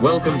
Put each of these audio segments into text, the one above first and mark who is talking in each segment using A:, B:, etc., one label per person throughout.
A: Welcome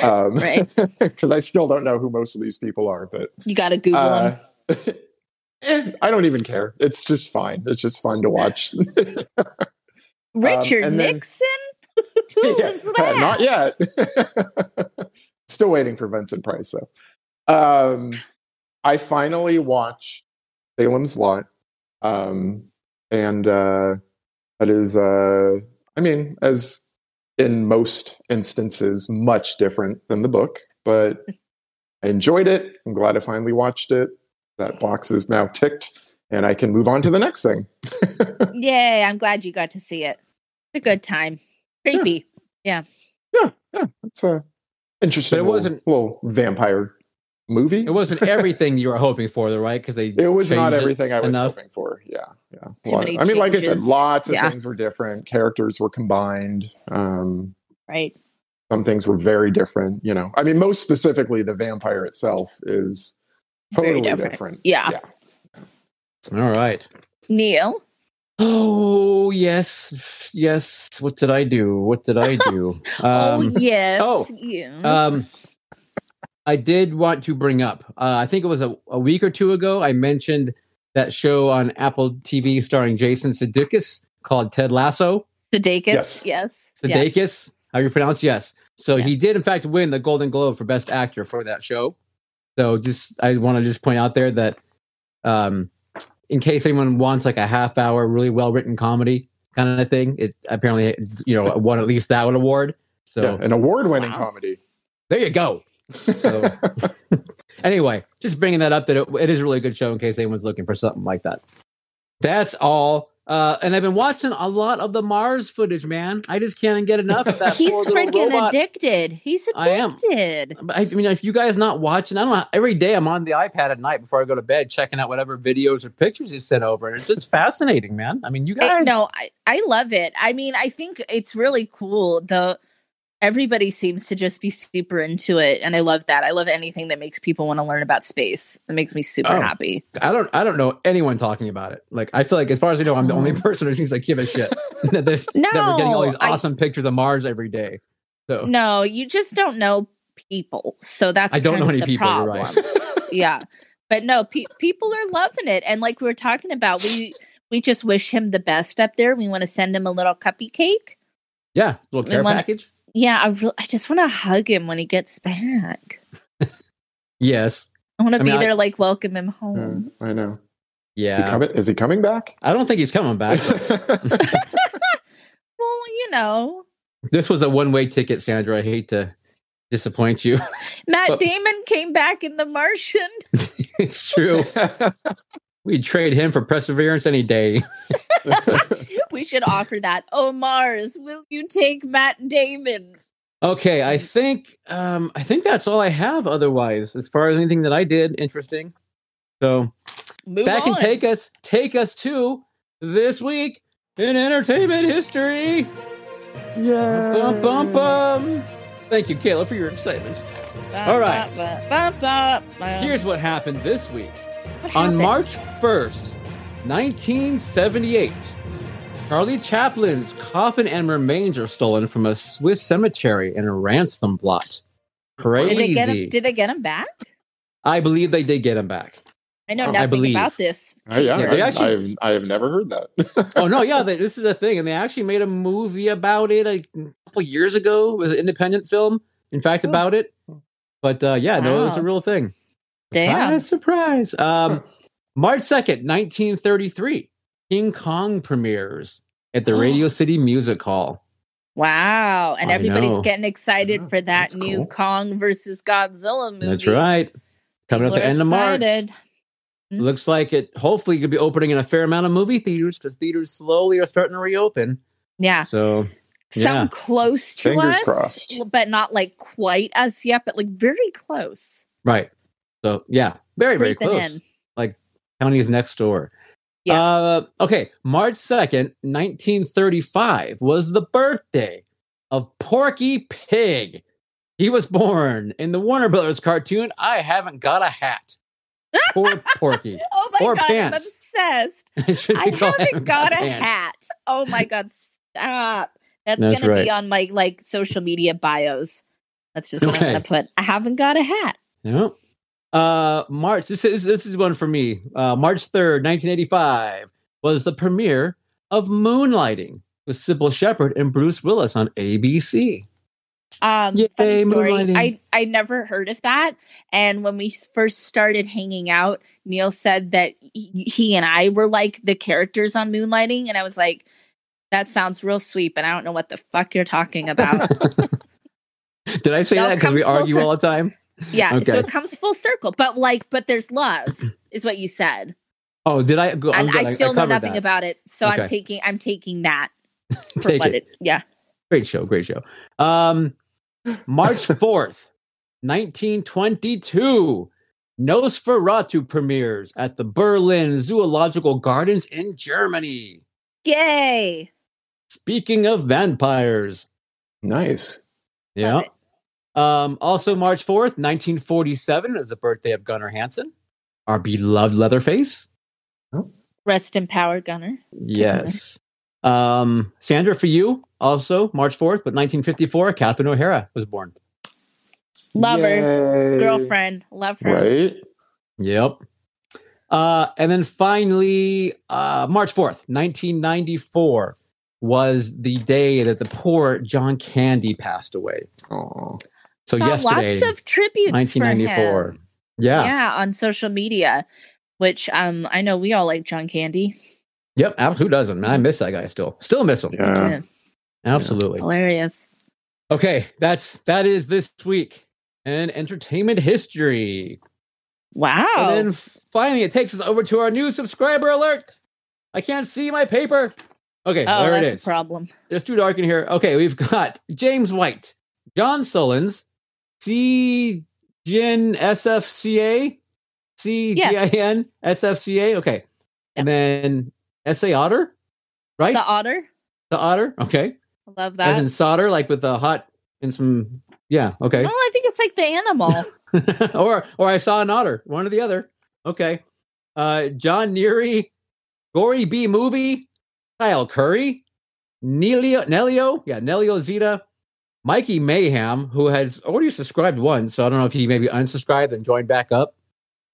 B: Um,
C: Right.
B: Because I still don't know who most of these people are, but
C: You got to Google
B: uh,
C: them.
B: eh, I don't even care. It's just fine. It's just fun to watch.
C: Richard
B: and then-
C: Nixon? Who
B: Yeah,
C: was
B: uh,
C: that?
B: Not yet. Still waiting for Vincent Price, though. Um, I finally watched Salem's Lot. Um, and uh, that is, uh, I mean, as in most instances, much different than the book, but I enjoyed it. I'm glad I finally watched it. That box is now ticked, and I can move on to the next thing.
C: Yay, I'm glad you got to see it. It's a good time. Creepy.
B: It's a interesting.
D: But it
B: little-
D: wasn't-
B: little vampire movie.
D: It wasn't everything you were hoping for, though, right? Because they
B: It was not
D: changed it
B: everything I was
D: enough.
B: hoping for. Yeah, yeah.
C: Too
B: Lot-
C: many
B: I mean, like I said,
C: changes.
B: lots of
C: Yeah.
B: things were different. Characters were combined. Um,
C: Right.
B: some things were very different. You know, I mean, most specifically, the vampire itself is
C: Very
B: totally
C: different.
B: different.
C: Yeah.
B: Yeah.
D: All right.
C: Neil.
D: Oh yes, yes. What did I do? What did I do?
C: oh, yes.
D: Um, oh,
C: you.
D: Um, I did want to bring up. Uh, I think it was a, a week or two ago. I mentioned that show on Apple TV starring Jason Sudeikis called Ted Lasso.
C: Sudeikis. Yes.
B: Yes.
C: yes.
D: Sudeikis, how you pronounce? Yes. So he did, in fact, win the Golden Globe for Best Actor for that show. So just, I want to just point out there that, um, in case anyone wants like a half hour, really well written comedy kind of thing, it apparently you know won at least that one award. So
B: yeah, an award-winning
C: Wow.
B: comedy.
D: there you go. So, anyway, just bringing that up that it, it is a really good show in case anyone's looking for something like that. That's all. Uh, and I've been watching a lot of the Mars footage, man. I just can't get enough of that.
C: He's
D: poor little
C: freaking
D: robot.
C: addicted. He's
D: I am.
C: addicted.
D: But I mean, if you guys not watching, I don't know. Every day I'm on the iPad at night before I go to bed, checking out whatever videos or pictures is sent over. And it's just fascinating, man. I mean, you
C: I-
D: guys.
C: no, I, I love it. I mean, I think it's really cool. The everybody seems to just be super into it, and I love that. I love anything that makes people want to learn about space. It makes me super
D: Oh.
C: happy.
D: I don't I don't know anyone talking about it. Like I feel like as far as I know, I'm the only
C: Mm-hmm.
D: person who seems like give a shit that, this, that we're getting all these
C: No, I-
D: awesome pictures of Mars every day. So
C: No, you just don't know people, so that's
D: I don't
C: kind
D: know
C: of
D: any
C: the
D: people. You're
C: Problem.
D: right.
C: yeah, but no, pe- people are loving it, and like we were talking about, we we just wish him the best up there. We want to send him a little cuppy cake.
D: Yeah, little
C: We
D: care
C: wanna-
D: package.
C: Yeah, I re- I just want to hug him when he gets back.
D: Yes.
C: I want to
D: I Hmm.
C: be
D: mean, I-
C: there, like welcome him
B: Yeah,
C: home.
B: I know. Is he
D: Yeah.
B: coming? Is he coming back?
D: I don't think he's coming back.
C: Well, you know,
D: this was a one way ticket, Sandra. I hate to disappoint you.
C: Matt
D: But-
C: Damon came back in The Martian.
D: it's true. We'd trade him for perseverance any day.
C: We should offer that. Oh, Mars, will you take Matt Damon?
D: Okay, I think um I think that's all I have otherwise, as far as anything that I did interesting. So
C: Move
D: that
C: on.
D: can take us take us to this week in entertainment history. Bum,
C: Mm.
D: bum, bum. Thank you, Caleb, for your excitement.
C: Ba-
D: all right.
C: ba- ba- ba- ba-
D: Here's what happened this week.
C: What
D: On
C: happened?
D: March 1st, 1978, Charlie Chaplin's coffin and remains are stolen from a Swiss cemetery in a ransom plot.
C: did
D: Crazy.
C: they get him? Did they get him back?
D: I believe they did get him back.
C: I know
B: I
C: nothing
D: believe.
C: about this.
B: Oh, yeah,
D: Yeah, they
B: I,
D: actually-
B: I've, I have never heard that.
D: oh no, yeah, they, this is a thing, and they actually made a movie about it like, a couple years ago. It was an independent film, in fact,
C: Oh.
D: about it. But uh, yeah, no, it was a
C: Wow.
D: real thing.
C: Damn.
D: Surprise! surprise. Um, March second, nineteen thirty-three, King Kong premieres at
C: Oh.
D: the Radio City Music Hall.
C: Wow. And
D: I
C: everybody's
D: know.
C: getting excited
B: Yeah,
C: for that
B: that's
C: new
B: cool.
C: Kong versus Godzilla movie.
D: That's right, coming
C: People
D: up the
C: are
D: end of March.
C: excited.
D: Looks like it. Hopefully, could be opening in a fair amount of movie theaters because theaters slowly are starting to reopen.
C: Yeah.
D: So
C: Some
D: Yeah.
C: close to
B: Fingers
C: us,
B: crossed.
C: but not like quite us yet, but like very close.
D: right, so yeah, very very
C: Creeping
D: close. Counties next door.
C: Yeah.
D: Uh, okay, March 2nd, 1935 was the birthday of Porky Pig. He was born in the Warner Brothers cartoon, I Haven't Got a Hat. Poor Porky.
C: Oh my
D: Or
C: god,
D: pants.
C: I'm obsessed.
D: It should be
C: I
D: called
C: haven't got a
D: Pants.
C: hat. Oh my god, stop. That's,
D: That's
C: gonna
D: right.
C: be on my like social media bios. That's just what
D: Okay.
C: I'm gonna put. I haven't got a hat.
D: No. Uh, March. This is this is one for me. Uh, March third, nineteen eighty-five was the premiere of Moonlighting with Sybil Shepherd and Bruce Willis on ABC.
C: Um,
D: Yay,
C: funny story.
D: moonlighting.
C: I I never heard of that. And when we first started hanging out, Neil said that he, he and I were like the characters on Moonlighting, and I was like, "That sounds real sweet," but I don't know what the fuck you're talking about.
D: Did I say
C: No,
D: that because we
C: comes full
D: argue
C: cir-
D: all the time?
C: yeah, so
D: Okay.
C: it comes full circle. But like, but there's love, is what you said,
D: Oh, did I? Go, I'm
C: and
D: good.
C: I still know
D: covered
C: nothing
D: that.
C: about it. So I'm
D: Okay.
C: taking I'm taking that for
D: Take
C: what
D: it.
C: it. Yeah,
D: Great show. Great show. Um, March fourth, nineteen twenty-two. Nosferatu premieres at the Berlin Zoological Gardens in Germany.
C: yay!
D: Speaking of vampires,
B: Nice.
D: yeah.
C: Love it.
D: Um, also, March fourth, nineteen forty-seven, is the birthday of Gunnar Hansen, our beloved Leatherface.
C: Rest in power, Gunner.
D: Yes. Um, Sandra, for you, also March fourth, but nineteen fifty-four, Catherine O'Hara was born.
C: Lover,
B: Yay.
C: girlfriend, love her.
B: Right?
D: Yep. Uh, and then finally, uh, March fourth, nineteen ninety-four, was the day that the poor John Candy passed away.
B: Oh.
D: So
C: Saw
D: yesterday,
C: lots of tributes for
D: nineteen ninety-four.
C: him.
D: Yeah.
C: Yeah. on social media, which um I know we all like John Candy.
D: Yep. ab- Who doesn't? Man, I miss that guy still. Still miss him.
B: Yeah.
C: Yeah,
D: Absolutely.
C: hilarious.
D: Okay. That's that is this week in entertainment history.
C: Wow.
D: And then finally, it takes us over to our new subscriber alert. I can't see my paper. Okay.
C: oh,
D: there
C: that's
D: it
C: a
D: is.
C: problem.
D: It's too dark in here. Okay. We've got James White, John Sullins, C. Jin SFCA, C. G. I. N. SFCA. Okay. And then S.A. Otter, right?
C: The otter.
D: the Otter. Okay.
C: I love
D: As
C: that.
D: in solder, like with the hot and some. Yeah. Okay.
C: Oh, I think it's like the animal.
D: or or I saw an otter. One or the other. Okay. Uh, John Neary, Gory B movie, Kyle Curry, Nelio, Nelio, yeah, Nelio Zeta, Mikey Mayhem, who has oh, already subscribed once, so I don't know if he maybe unsubscribed and joined back up,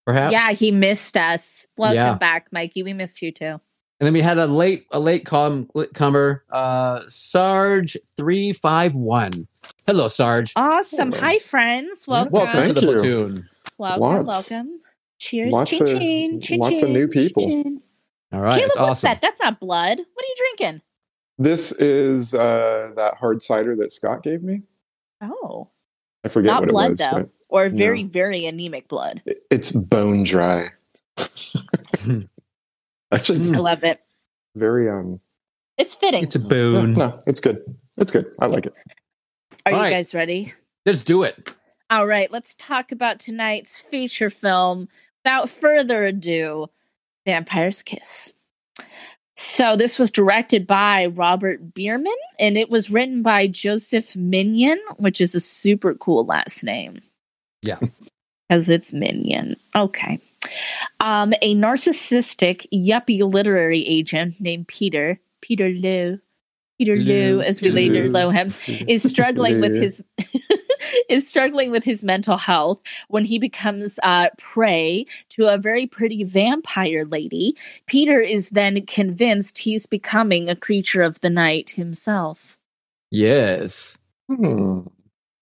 D: perhaps.
C: yeah, he missed us. Welcome
D: Yeah.
C: back, Mikey. We missed you too.
D: And then we had a late a late com- comer, uh, Sarge three five one. Hello, Sarge.
C: Oh, Awesome.
B: Hello.
C: Hi, friends. Welcome.
D: Welcome
B: Thank
D: to the
B: you.
D: platoon.
C: Welcome.
B: Lots.
C: Welcome. Cheers.
B: Lots
C: chin,
B: of-
C: chin, chin,
B: lots of
C: chin,
B: new people.
C: chin.
D: All right,
C: Caleb,
D: it's
C: what's
D: awesome.
C: that? That's not blood. What are you drinking?
B: This is uh, that hard cider that Scott gave me.
C: Oh,
B: I forget
C: not
B: what
C: blood
B: it was.
C: though,
B: but
C: or
B: no.
C: very, very anemic blood.
B: it- It's bone dry. Actually, it's
C: I love it.
B: very um.
C: It's fitting.
D: Hmm. It's a boon.
B: No, it's good. It's good. I like it.
C: Are you
D: All right.
C: guys ready?
D: Let's do it.
C: All right, let's talk about tonight's feature film. Without further ado, Vampire's Kiss. So, this was directed by Robert Bierman and it was written by Joseph Minion, which is a super cool last name.
D: Yeah.
C: Because it's Minion. Okay. Um, a narcissistic yuppie literary agent named Peter, Peter Lou, Peter Lou,
D: Lou,
C: as we later
B: Lou.
C: know him, is struggling with his is struggling with his mental health when he becomes uh, prey to a very pretty vampire lady. Peter is then convinced he's becoming a creature of the night himself.
D: Yes.
B: Hmm.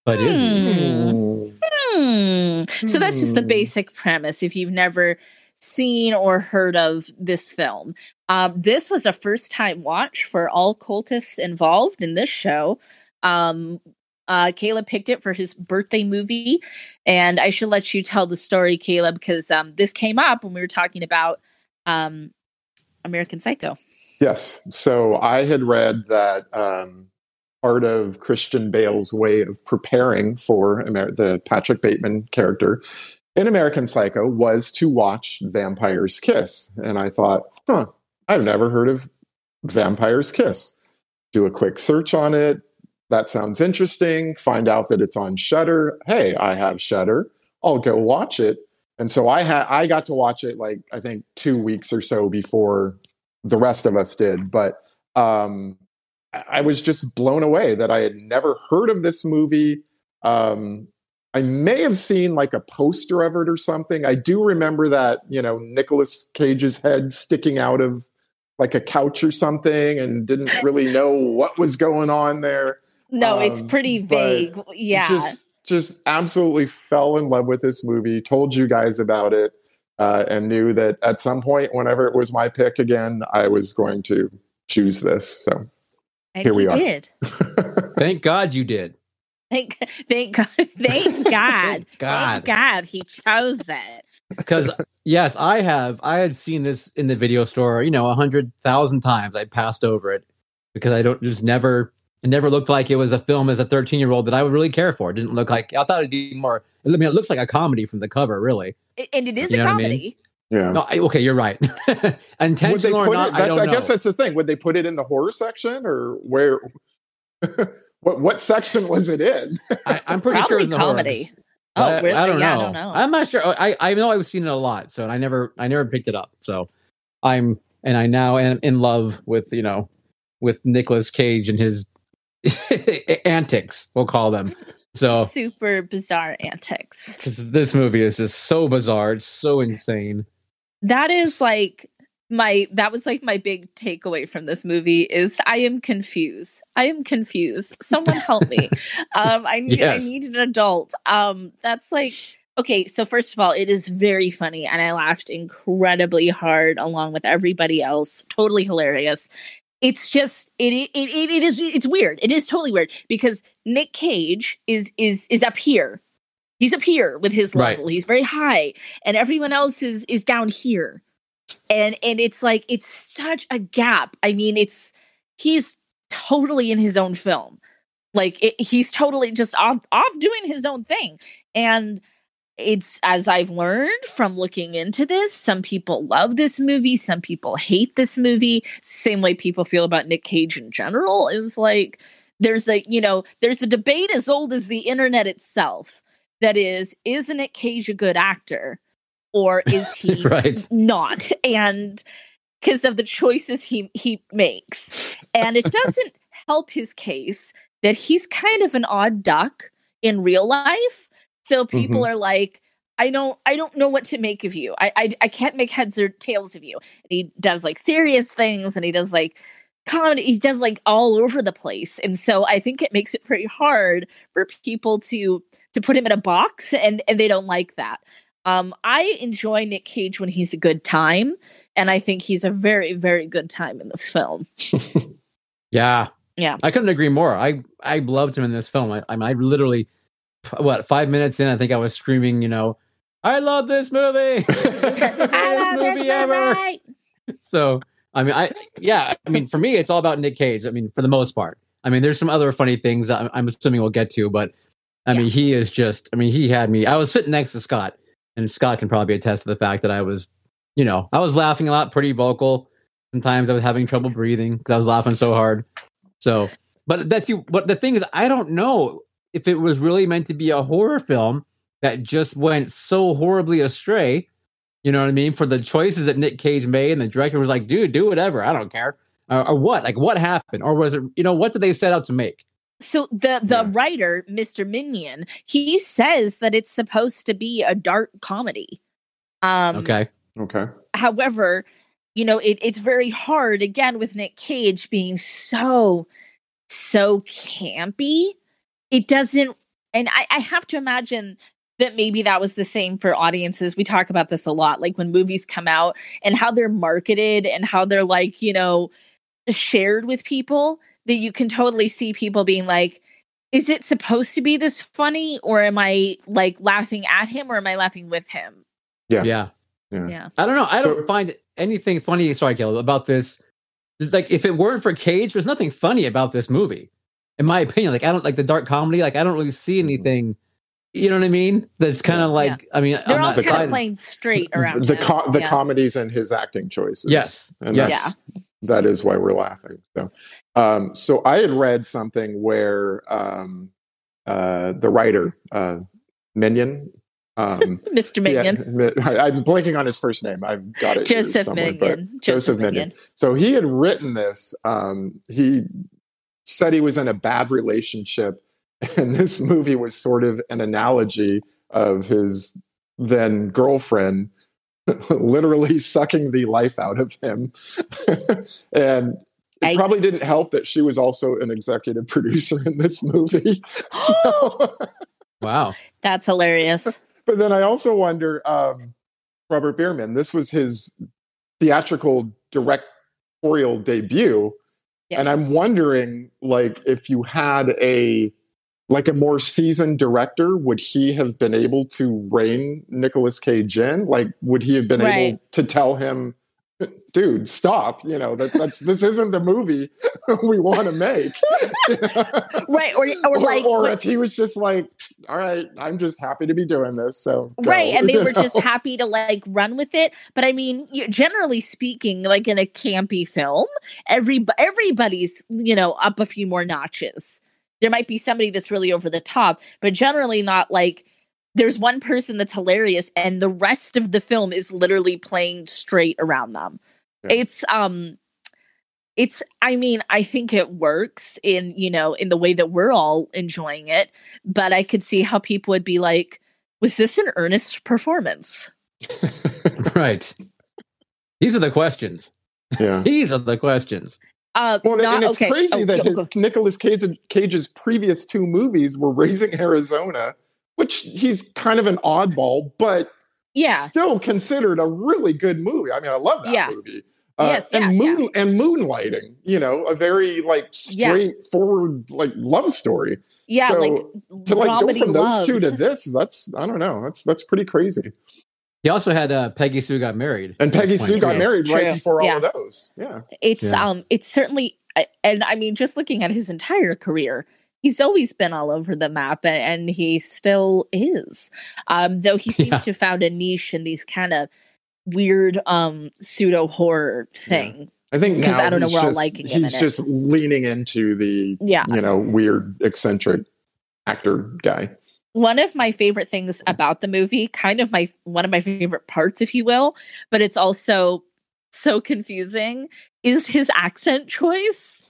D: But is it?
C: Hmm. Hmm. So that's just the
B: Hmm.
C: basic premise. If you've never seen or heard of this film, um, this was a first time watch for all cultists involved in this show. Um, uh, Caleb picked it for his birthday movie, and I should let you tell the story, Caleb, because um, this came up when we were talking about um, American Psycho.
B: Yes. So I had read that um, part of Christian Bale's way of preparing for Amer- the Patrick Bateman character in American Psycho was to watch Vampire's Kiss. And I thought, huh, I've never heard of Vampire's Kiss. Do a quick search on it. That sounds interesting. Find out that it's on Shutter. Hey, I have Shutter. I'll go watch it. And so I had I got to watch it like I think two weeks or so before the rest of us did. But um, I I was just blown away that I had never heard of this movie. Um, I may have seen like a poster of it or something. I do remember that, you know, Nicolas Cage's head sticking out of like a couch or something and didn't really know what was going on there.
C: No, it's
B: Um,
C: pretty
B: but
C: vague. Yeah.
B: Just just absolutely fell in love with this movie, told you guys about it, uh, and knew that at some point, whenever it was my pick again, I was going to choose this. So
C: and
B: here we
C: he
B: are.
C: did. Hmm.
D: Thank God you did.
C: Thank thank God. Thank God.
D: Thank God.
C: Thank Oh God he chose it.
D: Because yes, I have. I had seen this in the video store, you know, a hundred thousand times. I passed over it because I don't just never. It never looked like it was a film as a thirteen-year-old that I would really care for. It didn't look like. I thought it'd be more. I mean, it looks like a comedy from the cover, really.
C: I- And it is
D: You
C: a
D: know what I mean?
C: comedy.
B: yeah.
D: No, I, okay, you're right.
B: Would they
D: Intentional or
B: put
D: not,
B: it,
D: I
B: that's,
D: don't
B: I,
D: know.
B: guess that's the thing. Would they put it in the horror section or where? what what section was it in?
D: I, I'm pretty sure
C: Probably
D: it's in the horror.
C: comedy.
D: But
C: Oh,
D: I,
C: really?
D: I don't know.
C: Yeah,
D: I
C: I don't know.
D: am not sure. I, I know I've seen it a lot, so and I never I never picked it up. So I'm and I now am in love with you know with Nicolas Cage and his antics. We'll call them. So
C: super bizarre antics.
D: 'cause this movie is just so bizarre, it's so insane.
C: That is like my that was like my big takeaway from this movie is I am confused. I am confused. Someone help me. um I need
D: Yes.
C: I need an adult. Um that's like okay, so first of all, it is very funny and I laughed incredibly hard along with everybody else. Totally hilarious. It's just it it, it it is it's weird. It is totally weird because Nick Cage is is is up here. He's up here with his
D: Right.
C: level. He's very high and everyone else is is down here and and it's like it's such a gap i mean it's he's totally in his own film like it, he's totally just off off doing his own thing and it's as i've learned from looking into this some people love this movie some people hate this movie same way people feel about nick cage in general is like there's the you know there's a debate as old as the internet itself that is is Nick cage a good actor or is he
D: Right.
C: not and because of the choices he he makes and it doesn't help his case that he's kind of an odd duck in real life so people are like i don't i don't know what to make of you I, I i can't make heads or tails of you and he does like serious things and he does like comedy he does like all over the place and so i think it makes it pretty hard for people to to put him in a box and and they don't like that um, I enjoy Nick Cage when he's a good time, and I think he's a very, very good time in this film.
D: Yeah.
C: Yeah.
D: I couldn't agree more. I I loved him in this film. I I, I literally f- what five minutes in, I think I was screaming. You know, I love this movie. This is the
C: I
D: greatest
C: love
D: movie ever.
C: everybody.
D: So I mean, I yeah, I mean, for me, it's all about Nick Cage. I mean, for the most part. I mean, there's some other funny things that I'm, I'm assuming we'll get to, but I mean, he is just. I mean, he had me. I was sitting next to Scott, and Scott can probably attest to the fact that I was, you know, I was laughing a lot, pretty vocal. Sometimes I was having trouble breathing because I was laughing so hard. So, but that's you. But the thing is, I don't know if it was really meant to be a horror film that just went so horribly astray. You know what I mean? For the choices that Nick Cage made, and the director was like, "Dude, do whatever. I don't care." Or, or what? Like, what happened? Or was it? You know, what did they set out to make?
C: So the the
B: Yeah.
C: writer, Mr. Minion, he says that it's supposed to be a dark comedy. Um,
D: Okay,
B: Okay.
C: however, you know, it, it's very hard again with Nick Cage being so, so campy. It doesn't, and I, I have to imagine that maybe that was the same for audiences. We talk about this a lot, like when movies come out and how they're marketed and how they're like, you know, shared with people, that you can totally see people being like, is it supposed to be this funny or am I like laughing at him or am I laughing with him?
B: Yeah.
D: yeah.
B: Yeah.
C: Yeah.
D: I don't know. I
B: So-
D: don't find anything funny. Sorry, Caleb, about this. It's Like, if it weren't for Cage, there's nothing
B: Mm-hmm.
D: funny about this movie, in my opinion. Like, I don't like the dark comedy. Like, I don't really see anything You know what I mean? That's kind of like I mean
C: They're
D: I'm
C: all
D: not
C: kind
D: siding-
C: of playing straight around.
B: the
C: him.
B: co- the
C: Yeah.
B: comedies and his acting choices.
D: Yes.
B: and
D: Yes.
B: that's that is why we're laughing. So, um, so I had read something where um, uh, the writer uh, Minion. Um,
C: Mr. Minion.
B: Yeah, I, am blanking on his first name. I've got it. here
C: Joseph
B: somewhere, but-
C: Minion.
B: Joseph Minion. So he had written this. Um, he said he was in a bad relationship, and this movie was sort of an analogy of his then girlfriend literally sucking the life out of him. and it
C: Yikes.
B: probably didn't help that she was also an executive producer in this movie. So-
D: Wow.
C: That's hilarious.
B: but then I also wonder, um, Robert Bierman, this was his theatrical directorial debut.
C: Yes.
B: And I'm wondering, like, if you had a like a more seasoned director, would he have been able to rein Nicolas Cage in? Like, would he have been able
C: Right.
B: to tell him, dude, stop? You know, that, that's this isn't the movie we want to make.
C: right. Or, or,
B: or,
C: like,
B: or
C: what-
B: if he was just like, all right, I'm just happy to be doing this. So go,"
C: right. And they
B: you
C: were just
B: know?
C: happy to like run with it. But I mean, you, generally speaking, like in a campy film, every, everybody's, you know, up a few more notches. There might be somebody that's really over the top, but generally not like there's one person that's hilarious and the rest of the film is literally playing straight around them.
B: Yeah.
C: It's, um, it's i mean i think it works in you know in the way that we're all enjoying it but i could see how people would be like was this an earnest performance
D: Right. These are the questions.
B: yeah.
D: These are the questions.
C: uh
B: Well,
C: not,
B: and it's
C: okay.
B: crazy
C: Oh,
B: that
C: go-
B: his,
C: go.
B: Nicolas Cage, Cage's previous two movies were Raising Arizona, which he's kind of an oddball, but
C: yeah
B: still considered a really good movie. I mean, I love that
C: Yeah.
B: movie. Uh,
C: Yes,
B: and
C: yeah,
B: moon and moonlighting, you know, a very like straightforward like love story.
C: yeah
B: so
C: like
B: to like go
C: comedy
B: from
C: love.
B: those two to this, that's I don't know, that's that's pretty crazy.
D: He also had uh, Peggy Sue got married.
B: And
D: at
B: Peggy
D: this point,
B: Sue got
D: too.
B: married
C: True.
B: right before all
C: Yeah.
B: of those. Yeah.
C: it's
D: Yeah.
C: um it's certainly I- and i mean just looking at his entire career he's always been all over the map a- and, he still is um though he seems
D: Yeah.
C: to have found a niche in these kind of weird um pseudo horror thing
B: I think
C: 'Cause
B: now
C: I don't know,
B: he's
C: we're all
B: just-
C: liking him in
B: he's
C: it.
B: just leaning into the
C: yeah
B: you know weird eccentric actor guy.
C: one of my favorite things about the movie kind of my one of my favorite parts if you will but it's also so confusing is his accent choice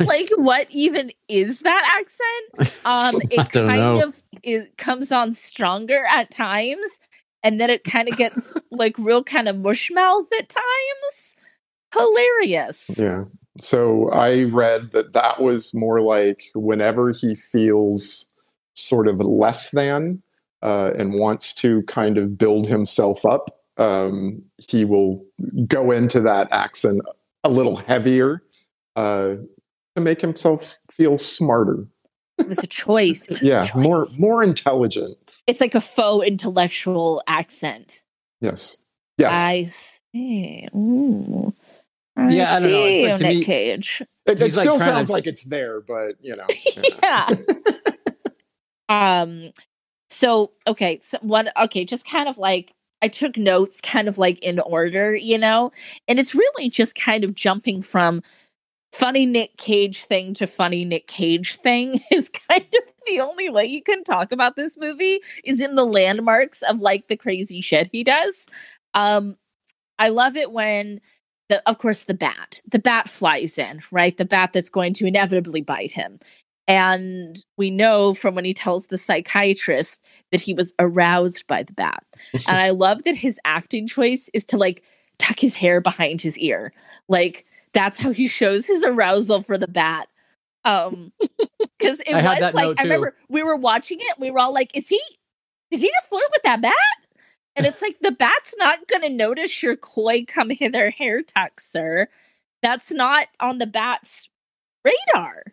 C: like what even is that accent um
D: I
C: it
D: don't
C: kind
D: know.
C: of it comes on stronger at times and then it kind of gets like real kind of mushmouth at times hilarious
B: Yeah. So I read that that was more like whenever he feels sort of less than uh, and wants to kind of build himself up, um, he will go into that accent a little heavier uh, to make himself feel smarter.
C: it was a choice it was a
B: Yeah, more
C: choice.
B: more intelligent.
C: it's like a faux intellectual accent
B: Yes. Yes.
C: I see. Ooh. I
D: Yeah, I don't know.
C: see
D: It's like,
C: you,
D: to
C: Nick
D: me-
C: Cage.
B: It, it
D: He's, like,
B: still
D: trying to-
B: sounds like it's there, but you know.
C: Yeah. um. So okay, so one okay, just kind of like I took notes, kind of like in order, you know, and it's really just kind of jumping from funny Nick Cage thing to funny Nick Cage thing is kind of the only way you can talk about this movie is in the landmarks of like the crazy shit he does. Um I love it when the of course the bat. The bat flies in, right? The bat that's going to inevitably bite him. And we know from when he tells the psychiatrist that he was aroused by the bat. and I love that his acting choice is to like tuck his hair behind his ear. Like that's how he shows his arousal for the bat. Um because it
D: I had
C: was
D: that
C: like
D: note
C: I
D: too.
C: remember we were watching it, we were all like, is he did he just flirt with that bat? And it's like the bat's not gonna notice your koi come hither hair tuck, sir. That's not on the bat's radar.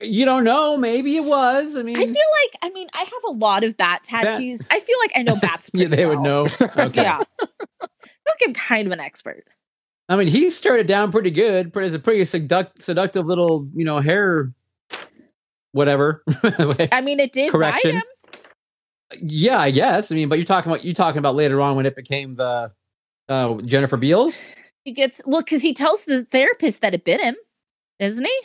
D: You don't know. Maybe it was. I mean,
C: I feel like I mean I have a lot of bat tattoos. I feel like I know bats.
D: yeah,
C: pretty
D: they would
C: well.
D: know. Okay.
C: Yeah, I feel like I'm kind of an expert.
D: I mean, he stirred it down pretty good. But it's a pretty seduct- seductive little, you know, hair, whatever.
C: I mean, it did
D: Correction.
C: bite him.
D: yeah, I guess. I mean, but you're talking about you talking about later on when it became the uh, Jennifer Beals.
C: He gets well because he tells the therapist that it bit him, doesn't he?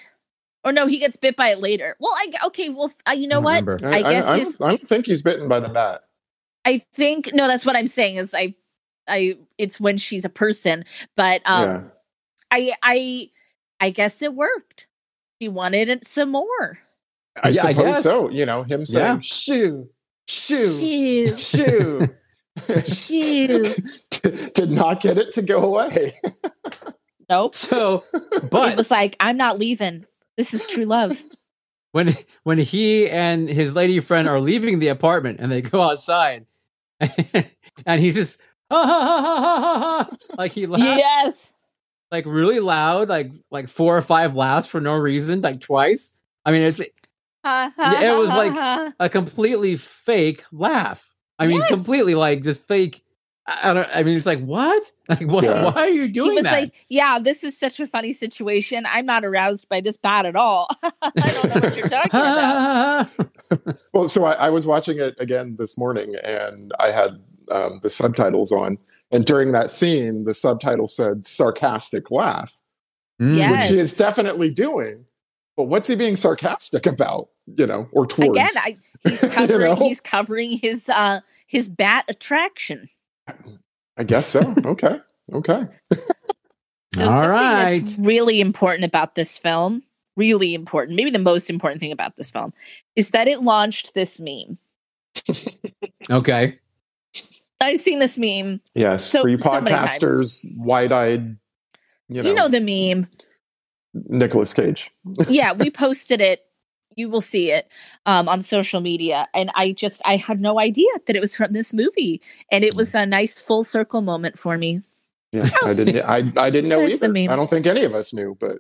C: Or no, he gets bit by it later. Well, I okay. Well, uh, you know
D: don't
C: what?
D: remember.
C: I guess
B: I,
C: his-
B: don't, I don't think he's bitten by the bat.
C: I think no. That's what I'm saying is I, I. It's when she's a person, but um,
B: yeah.
C: I, I, I guess it worked. She wanted it some more.
B: I
D: Yeah, I
B: suppose
D: guess.
B: so. You know, him saying,
D: Yeah.
B: shoo,
C: Shoo,
B: shoo, shoo.
C: shoo.
B: to, to not get it to go away.
C: Nope.
D: So,
C: it
D: but
C: was like I'm not leaving. This is true love.
D: when when he and his lady friend are leaving the apartment and they go outside, and he's just ha ha ha ha ha ha, ha," like he laughs
C: yes.
D: like really loud, like like four or five laughs for no reason, like twice. I mean, it's
C: Ha, ha,
D: Yeah, it
C: ha,
D: was
C: ha,
D: like-
C: ha.
D: a completely fake laugh. I mean,
C: Yes.
D: completely like just fake. I, I don't. I mean, it's like what? Like what?
B: Yeah.
D: Why are you doing
C: he was
D: that?
C: like, "Yeah, this is such a funny situation. I'm not aroused by this bad at all. I don't know what you're talking about."
B: Well, so I, I was watching it again this morning and I had um, the subtitles on. And during that scene, the subtitle said sarcastic laugh,
D: Mm.
C: Yeah.
B: which
C: Yes.
B: he is definitely doing. But what's he being sarcastic about, you know, or towards?
C: Again, I, he's
B: You
C: covering
B: know?
C: he's covering his uh his bat attraction.
B: I guess so. Okay. Okay.
C: So
D: All
C: something
D: right.
C: that's really important about this film, really important, maybe the most important thing about this film, is that it launched this meme.
D: Okay.
C: I've seen this meme.
B: Yes.
C: So-
B: for you
C: so many times.
B: podcasters, wide eyed, you
C: You know,
B: know,
C: the meme.
B: Nicholas Cage.
C: yeah, we posted it. You will see it um, on social media. And I just I had no idea that it was from this movie. And it was a nice full circle moment for me.
B: Yeah. I didn't I, I didn't know
C: Oh. There's the
B: either.
C: meme.
B: I don't think any of us knew, but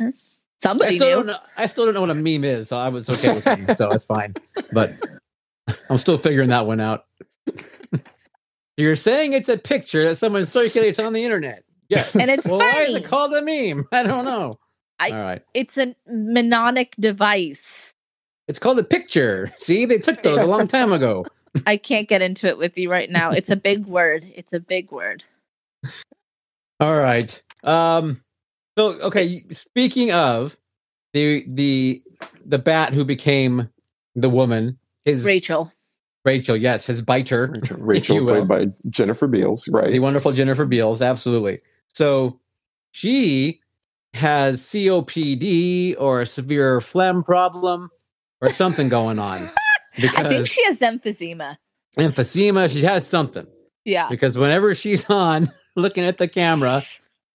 D: I
C: Somebody
D: still don't
C: knew.
D: know. I still don't know what a meme is, so I was okay with me, so it's fine. But I'm still figuring that one out. You're saying it's a picture that someone circulates on the internet. Yes.
C: And it's
D: well, why is
C: funny.
D: it called a meme? I don't know.
C: I-
D: All right.
C: it's a mnemonic device.
D: It's called a picture. See, they took those a long time ago.
C: I can't get into it with you right now. It's a big word. It's a big word.
D: All right. Um so okay, speaking of the the the bat who became the woman, his
C: Rachel.
D: Rachel, yes, his biter,
B: Rachel,
D: you
B: Rachel
D: will.
B: played by Jennifer Beals,
D: the
B: right?
D: wonderful Jennifer Beals, absolutely. So she has COPD or a severe phlegm problem or something going on
C: I think
D: because
C: she has emphysema.
D: emphysema, she has something.
C: Yeah.
D: because whenever she's on looking at the camera,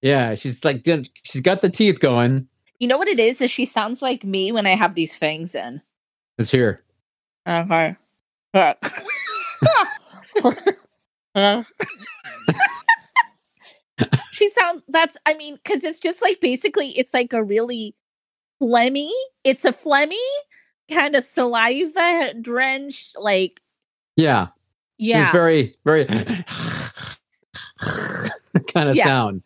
D: yeah, she's like doing- she's got the teeth going.
C: You know what it is? Is she sounds like me when I have these fangs in.
D: It's here.
C: Okay. Look. she sounds that's I mean, because it's just like basically it's like a really phlegmy, it's a phlegmy kind of saliva drenched, like
D: Yeah,
C: yeah.
D: it's very very kind of
C: Yeah.
D: sound.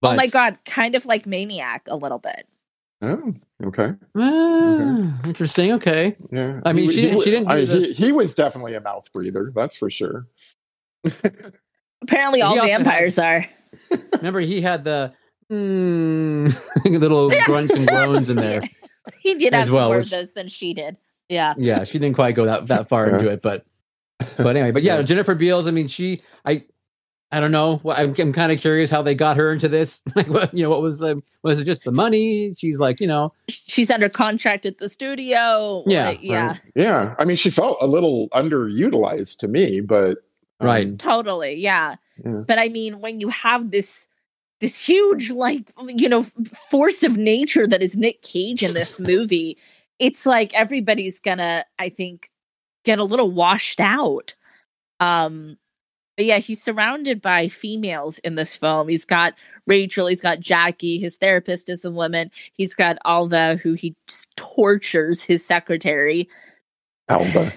D: But,
C: oh my god, kind of like maniac a little bit.
B: Oh, okay.
D: Ah, interesting. Okay,
B: Yeah.
D: I mean,
B: He-
D: she
B: he
D: didn't-
B: wa-
D: she didn't
B: I mean,
D: do
B: he, he was definitely a mouth breather, that's for sure.
C: Apparently
D: He
C: all
D: also had-
C: vampires are.
D: remember he had the mm, little grunts and groans in there.
C: He did
D: As
C: have some
D: well,
C: more
D: which-
C: of those than she did. Yeah.
D: yeah, she didn't quite go that, that far into it, but but anyway, but yeah,
B: Yeah.
D: Jennifer Beals. I mean, she, I, I don't know. Well, I'm, I'm kind of curious how they got her into this. Like, what, you know, what was um, was it just the money? She's like, you know,
C: She's under contract at the studio.
D: Yeah,
C: like, yeah.
B: Right. Yeah. I mean, she felt a little underutilized to me, but. um,
D: Right.
C: totally yeah.
B: Yeah.
C: but i mean when you have this this huge like you know force of nature that is nick cage in this movie it's like everybody's gonna i think get a little washed out um but yeah he's surrounded by females in this film he's got rachel he's got jackie his therapist is a woman he's got alva who he just tortures his secretary
B: Alba.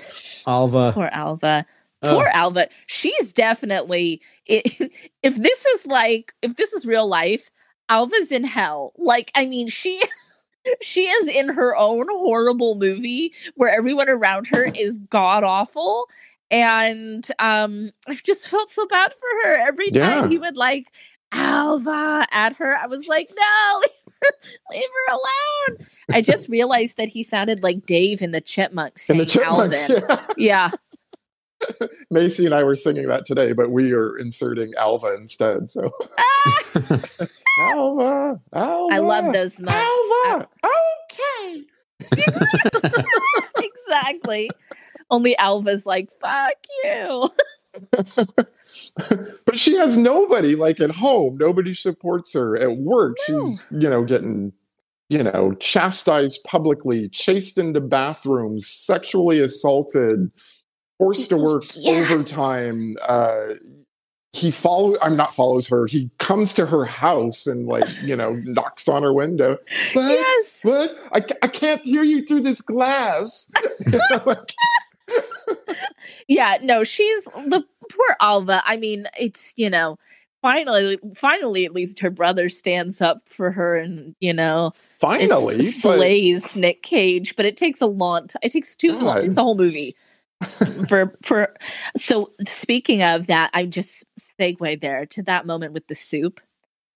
D: Alva.
C: poor alva
B: Oh.
D: uh,
C: Poor Alva. She's definitely. It, if this is like, if this is real life, Alva's in hell. Like, I mean, she, she is in her own horrible movie where everyone around her is god awful, and um I've just felt so bad for her. Every time
B: Yeah.
C: he would like Alva at her, I was like, no, leave her, leave her alone. I just realized that he sounded like Dave in the Chipmunks
B: And
C: saying
B: the chipmunks.
C: Alvin.
B: Yeah.
C: Yeah.
B: Macy and I were singing that today, but we are inserting Alva instead. So
C: Ah,
B: Alva, Alva.
C: I love those months.
B: Alva.
C: Okay. exactly. Only Alva's like, fuck you.
B: but she has nobody like at home. Nobody supports her at work.
C: No.
B: She's you know getting you know chastised publicly, chased into bathrooms, sexually assaulted, forced to work
C: Yeah.
B: overtime. Uh, he follow I'm not follows her. He comes to her house and like you know knocks on her window. But
C: Yes.
B: What? I, ca- I can't hear you through this glass.
C: Yeah, no, she's the poor Alva. I mean, it's you know, finally, finally, at least her brother stands up for her, and you know, is-
B: Finally, but
C: slays Nick Cage. But it takes a lot. It takes too long. It
B: God.
C: takes a whole movie for for. So speaking of that, I just segue there to that moment with the soup,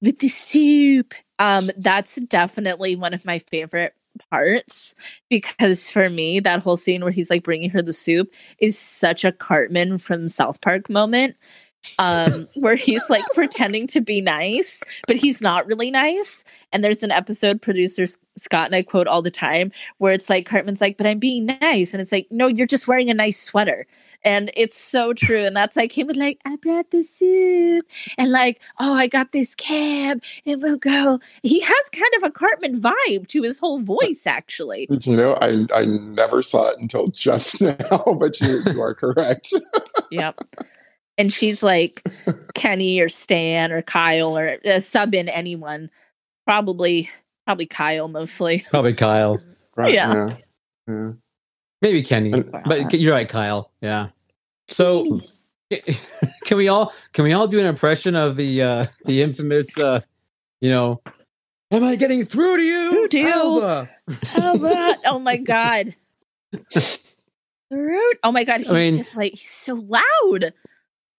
C: with the soup. Um, that's definitely one of my favorite parts because for me that whole scene where he's like bringing her the soup is such a Cartman from South Park moment. Um, where he's like pretending to be nice, but he's not really nice. And there's an episode producer S- Scott and I quote all the time where it's like Cartman's like, "But I'm being nice," and it's like, "No, you're just wearing a nice sweater." And it's so true. And that's like him with like, "I brought the soup," and like, "Oh, I got this cab, and we'll go." He has kind of a Cartman vibe to his whole voice, actually.
B: you know, I I never saw it until just now. But you, you are correct.
C: Yep. And she's like Kenny or Stan or Kyle or uh, sub in anyone. Probably, probably Kyle mostly.
D: Probably Kyle.
B: Right,
C: Yeah.
B: yeah.
D: Maybe Kenny.
B: And- uh,
D: But you're right, Kyle. Yeah. So can we all can we all do an impression of the uh the infamous uh you know Am I getting through to you?
C: Through to you.
D: Alva?"
C: How about- oh my god. Rude. Oh my god, he's
D: mean-
C: just like he's so loud.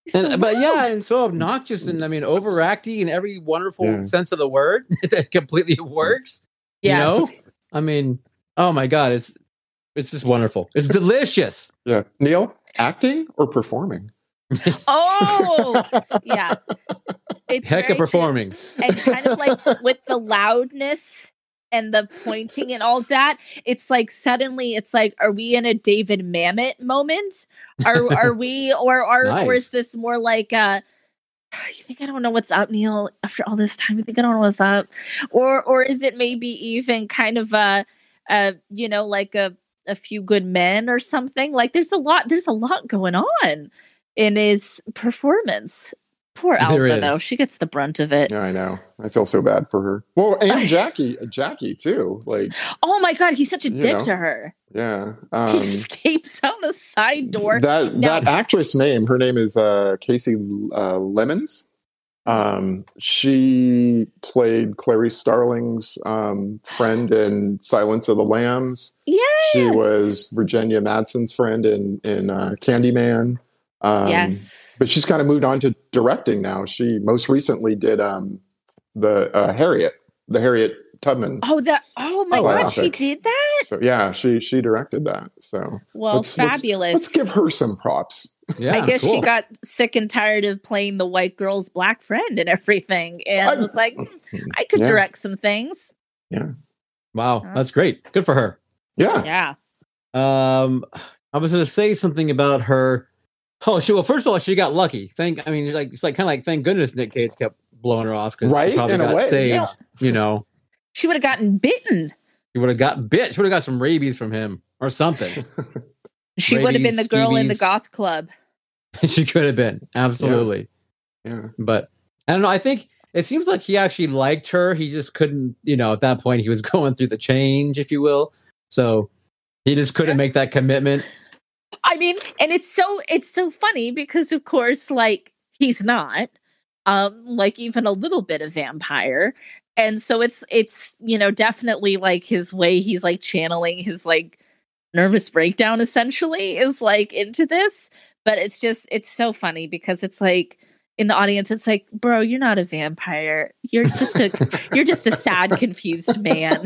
C: He's so
D: And, but yeah,
C: loud.
D: and so obnoxious and I mean overacting in every wonderful
B: Yeah.
D: sense of the word that completely works.
C: Yes.
D: You know? I mean, oh my god, it's it's just wonderful. It's delicious.
B: yeah. Neil, acting or performing?
C: Oh yeah. It's
D: Heck
C: very
D: of
C: true.
D: performing.
C: and kind of like with the loudness and the pointing and all that, it's like suddenly it's like, are we in a David Mamet moment? Are are we or are or
D: Nice.
C: is this more like uh you think I don't know what's up, Neil? After all this time, you think I don't know what's up? Or or is it maybe even kind of a uh you know like a a few good men or something? Like there's a lot there's a lot going on in his performance. Poor
D: There
C: Alpha though,
D: is.
C: she gets the brunt of it.
B: Yeah, I know. I feel so bad for her. Well, and Jackie, Jackie too. Like,
C: Oh my god, he's such a
B: You
C: dick
B: know.
C: to her.
B: yeah.
C: he
B: Um,
C: escapes out the side door.
B: that
C: Now-
B: that actress name her name is uh casey uh, lemons um she played clarice starling's um friend in silence of the lambs
C: Yes.
B: she was virginia madsen's friend in in uh, candyman um
C: yes.
B: but she's kind of moved on to directing now she most recently did um the uh, harriet the harriet tubman
C: Oh that oh my
B: Oh,
C: god,
B: wow.
C: she did that?
B: so yeah she she directed that so
C: Well,
B: let's- let's-
C: fabulous.
B: let's give her some props
D: Yeah.
C: I guess she
D: cool.
C: got sick and tired of playing the white girl's black friend and everything and
B: I- Mm,
C: was like, "Hmm, I could
B: Yeah.
C: direct some things.
D: Wow, that's great. Good for her.
B: yeah
C: Yeah.
D: Um, I was going to say something about her. Oh, she well. First of all, she got lucky. Thank. I mean, like it's like kind of like thank goodness Nick Cage kept blowing her off because
B: Right?
D: she probably
B: In a
D: got
B: way,
D: saved.
B: yeah.
D: You know,
C: She would have gotten bitten.
D: she would have got bit. She would have got some rabies from him or something.
C: She would have been the
D: Rabies,
C: girl in the
D: skeebies.
C: goth club.
D: she could have been absolutely.
B: yeah
D: But I don't know. I think it seems like he actually liked her. He just couldn't. You know, at that point, he was going through the change, if you will. So he just couldn't make that commitment.
C: I mean, and it's so it's so funny because of course, like he's not, um, like even a little bit of vampire. And so it's it's you know definitely like his way he's like channeling his like nervous breakdown essentially is like into this But it's just it's so funny because it's like in the audience, it's like, bro, you're not a vampire. You're just a you're just a sad, confused man.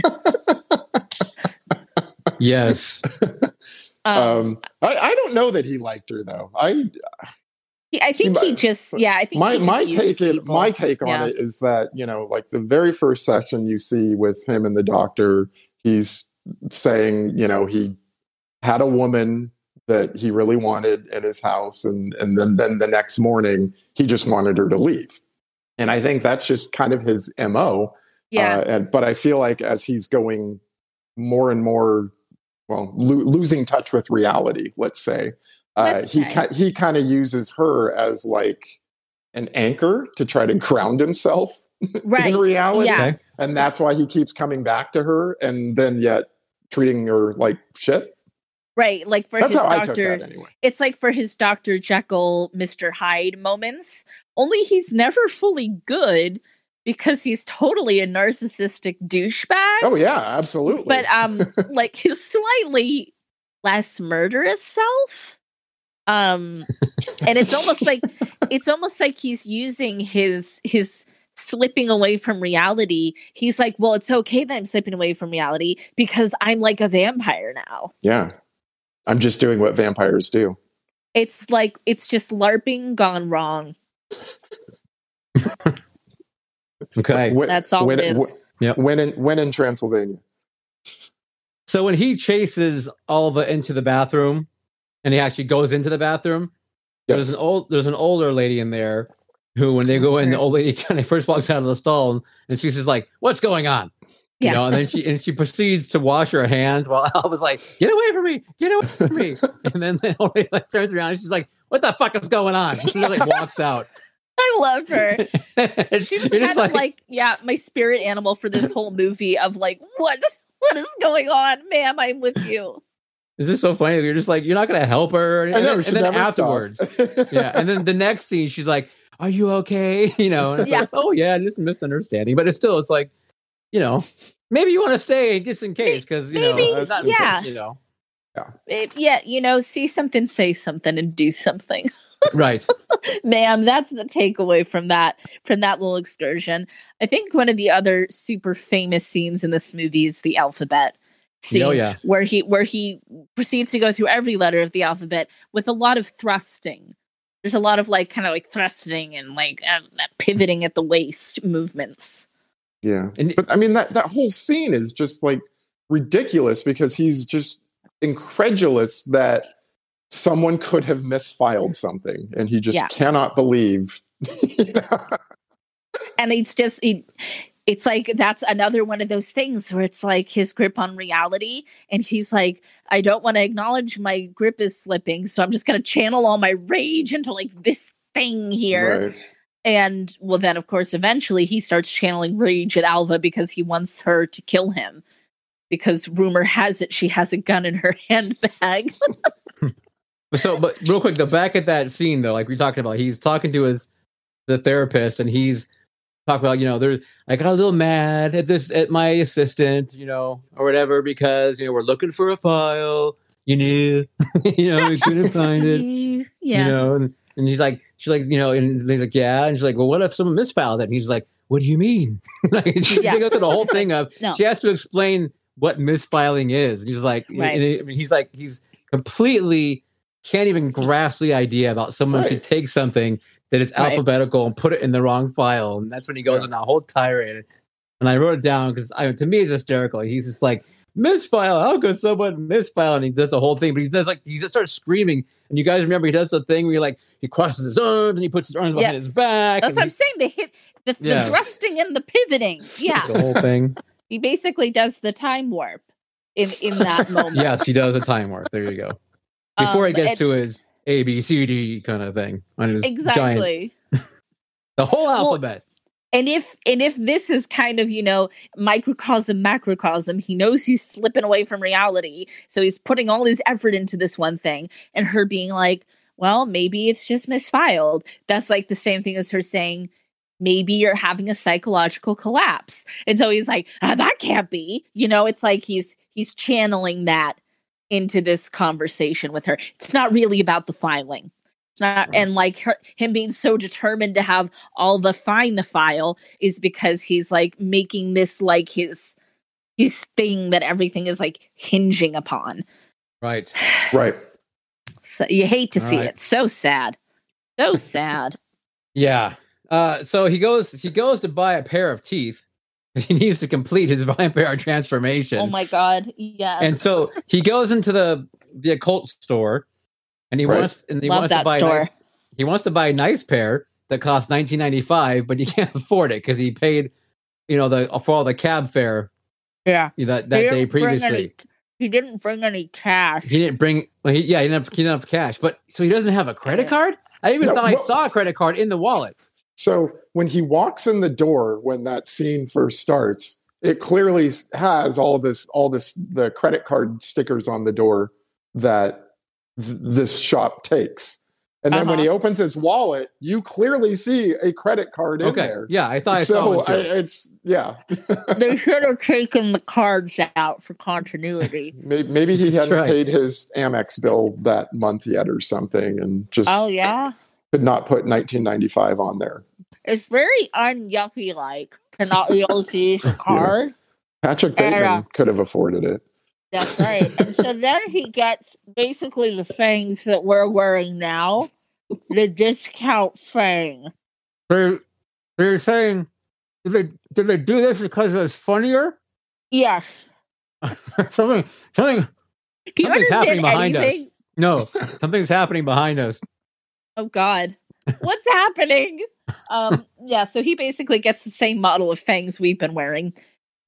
D: Yes.
C: Um,
B: Um, I, I don't know that he liked her though. I
C: he- I
B: see,
C: think
B: my-
C: he just yeah. I think
B: my
C: he just
B: my
C: uses
B: take it,
C: people.
B: my take on
C: Yeah.
B: it is that you know like the very first session you see with him and the doctor he's saying you know he had a woman that he really wanted in his house and and then then the next morning he just wanted her to leave and i think that's just kind of his mo
C: yeah
B: uh, and but i feel like as he's going more and more well lo- losing touch with reality let's say uh,
C: Let's
B: he
C: say.
B: ki- he kind of uses her as like an anchor to try to ground himself
C: right
B: in reality
C: yeah
D: Okay.
B: and that's why he keeps coming back to her and then yet treating her like shit
C: right like for
B: that's
C: his
B: how i took
C: doctor
B: that anyway
C: it's like for his Dr. Jekyll, Mr. Hyde moments, only he's never fully good because he's totally a narcissistic douchebag.
B: oh yeah absolutely
C: but um like his slightly less murderous self. Um and it's almost like it's almost like he's using his his slipping away from reality. He's like, "Well, it's okay that I'm slipping away from reality because I'm like a vampire now."
B: yeah i'm just doing what vampires do
C: It's like it's just larping gone wrong.
D: Okay.
B: When-
C: That's all
B: when
C: it is.
D: Yep.
B: when in when in transylvania
D: So when he chases Alva into the bathroom, and he actually goes into the bathroom, there's
B: yes
D: an old there's an older lady in there who, when they go in, the
C: Okay.
D: old lady kind of first walks out of the stall, and she's just like, "What's going on?" You
C: Yeah.
D: know, and then she and she proceeds to wash her hands while Alva's like, "Get away from me! Get away from me!" and then the old lady like, turns around and she's like, "What the fuck is going on?" And she like walks out.
C: I love her. She was
D: You're
C: kind
D: just
C: of like, yeah, my spirit animal for this whole movie of like, what, what is going on, ma'am? I'm with you.
D: It's just so funny. You're just like, you're not gonna help her. And,
B: I know.
D: then,
B: she
D: and then
B: never
D: afterwards,
B: stops.
D: yeah. And then the next scene, she's like, "Are you okay?" You know. And it's
C: Yeah.
D: Like, oh yeah, and this misunderstanding, but it's still, it's like, you know, maybe you want to stay just in case because you
C: maybe,
D: know, it's not-
C: yeah.
D: you know,
C: Eh, yeah, you know, see something, say something, and do something,
D: right.
C: ma'am. That's the takeaway from that from that little excursion. I think one of the other super famous scenes in this movie is the alphabet scene,
D: Oh yeah,
C: where he where he proceeds to go through every letter of the alphabet with a lot of thrusting. There's a lot of like kind of like thrusting and like uh, pivoting at the waist movements.
B: yeah.
D: and
B: But I mean that that whole scene is just like ridiculous because he's just incredulous that someone could have misfiled something and he just
C: Yeah.
B: cannot believe. you know?
C: and it's just it, it's like that's another one of those things where it's like his grip on reality and he's like i don't want to acknowledge my grip is slipping so i'm just going to channel all my rage into like this thing here
B: Right.
C: and well then of course eventually he starts channeling rage at alva because he wants her to kill him because rumor has it she has a gun in her handbag
D: But so, but real quick, the back at that scene though, like we talking about, he's talking to his the therapist, and he's talking about, you know, there I got a little mad at this at my assistant, you know, or whatever, because you know we're looking for a file, you knew, you know, we couldn't find it,
C: yeah
D: you know, and, and she's like, she's like, you know, and he's like, yeah, and she's like, well, what if someone misfiled it? And he's like, what do you mean? like, she
C: Yeah.
D: yeah. goes through the whole thing of
C: No.
D: she has to explain what misfiling is. And he's like,
C: Right.
D: and he- I mean, he's like, he's completely can't even grasp the idea about someone
B: Right.
D: could take something that is
C: Right.
D: alphabetical and put it in the wrong file. And that's when he goes
B: Yeah.
D: on a whole tirade. And I wrote it down because to me it's hysterical. He's just like, misfile. How could someone misfile? And he does the whole thing, but he does like he just starts screaming. And you guys remember he does the thing where he like he crosses his arms and he puts his arms
C: Yeah.
D: behind his back.
C: that's
D: and
C: what i'm
D: he-
C: saying the hit the,
D: Yeah.
C: the thrusting and the pivoting yeah
D: The whole thing.
C: he basically does the time warp in in that moment.
D: yes, he does a time warp. There you go. Before
C: Um,
D: he gets
C: and-
D: to his A B C D kind of thing on his giant,
C: exactly.
D: the whole
C: Well,
D: alphabet.
C: And if and if this is kind of you know microcosm macrocosm, he knows he's slipping away from reality, so he's putting all his effort into this one thing, and her being like, "Well, maybe it's just misfiled." That's like the same thing as her saying. Maybe you're having a psychological collapse, and so he's like, ah, "That can't be." You know, it's like he's he's channeling that into this conversation with her. It's not really about the filing; It's not, and like her, him being so determined to have all the find the file is because he's like making this like his his thing that everything is like hinging upon.
D: Right.
B: Right.
C: So you hate to
D: All
C: see
D: right.
C: it. So sad. So sad.
D: Yeah. Uh, so he goes. He goes to buy a pair of teeth. He needs to complete his vampire transformation.
C: oh my god. Yes.
D: And so he goes into the the occult store, and he
B: Right.
D: wants and he
C: Love
D: wants to
C: that
D: buy a
C: store.
D: Nice, he wants to buy a nice pair that costs nineteen ninety five, but he can't afford it because he paid, you know, the for all the cab fare
C: yeah.
D: that that day
C: didn't bring any-
D: previously.
C: He didn't bring any cash.
D: He didn't bring. Well, he, yeah, he didn't, have, he didn't have cash, but so he doesn't have a credit card. I even
B: No,
D: thought I
B: well-
D: saw a credit card in the wallet.
B: So when he walks in the door when that scene first starts, it clearly has all this, all this, the credit card stickers on the door that th- this shop takes. And then when
C: Uh-huh.
B: he opens his wallet, you clearly see a credit card in
D: okay,
B: there.
D: yeah, I thought I saw
B: so
D: one.
B: I,
D: Too.
B: it's yeah.
C: they should have taken the cards out for continuity.
B: Maybe, maybe he
D: That's
B: hadn't
D: right.
B: paid his Amex bill that month yet or something, and just
C: oh yeah,
B: could not put 1995 on there.
C: it's very unYuppie like to not be able to use a card.
B: Patrick Bateman
C: Yeah.
B: could have afforded it.
C: That's right. And so then he gets basically the fangs that we're wearing now, the discount fang.
E: They they're saying did they did they do this because it was funnier?
C: Yes.
E: something something
C: Do you
D: Something's happening
C: understand
D: behind us.
C: anything?
D: No, something's happening behind us.
C: Oh God, what's happening? Um, yeah, so he basically gets the same model of fangs we've been wearing,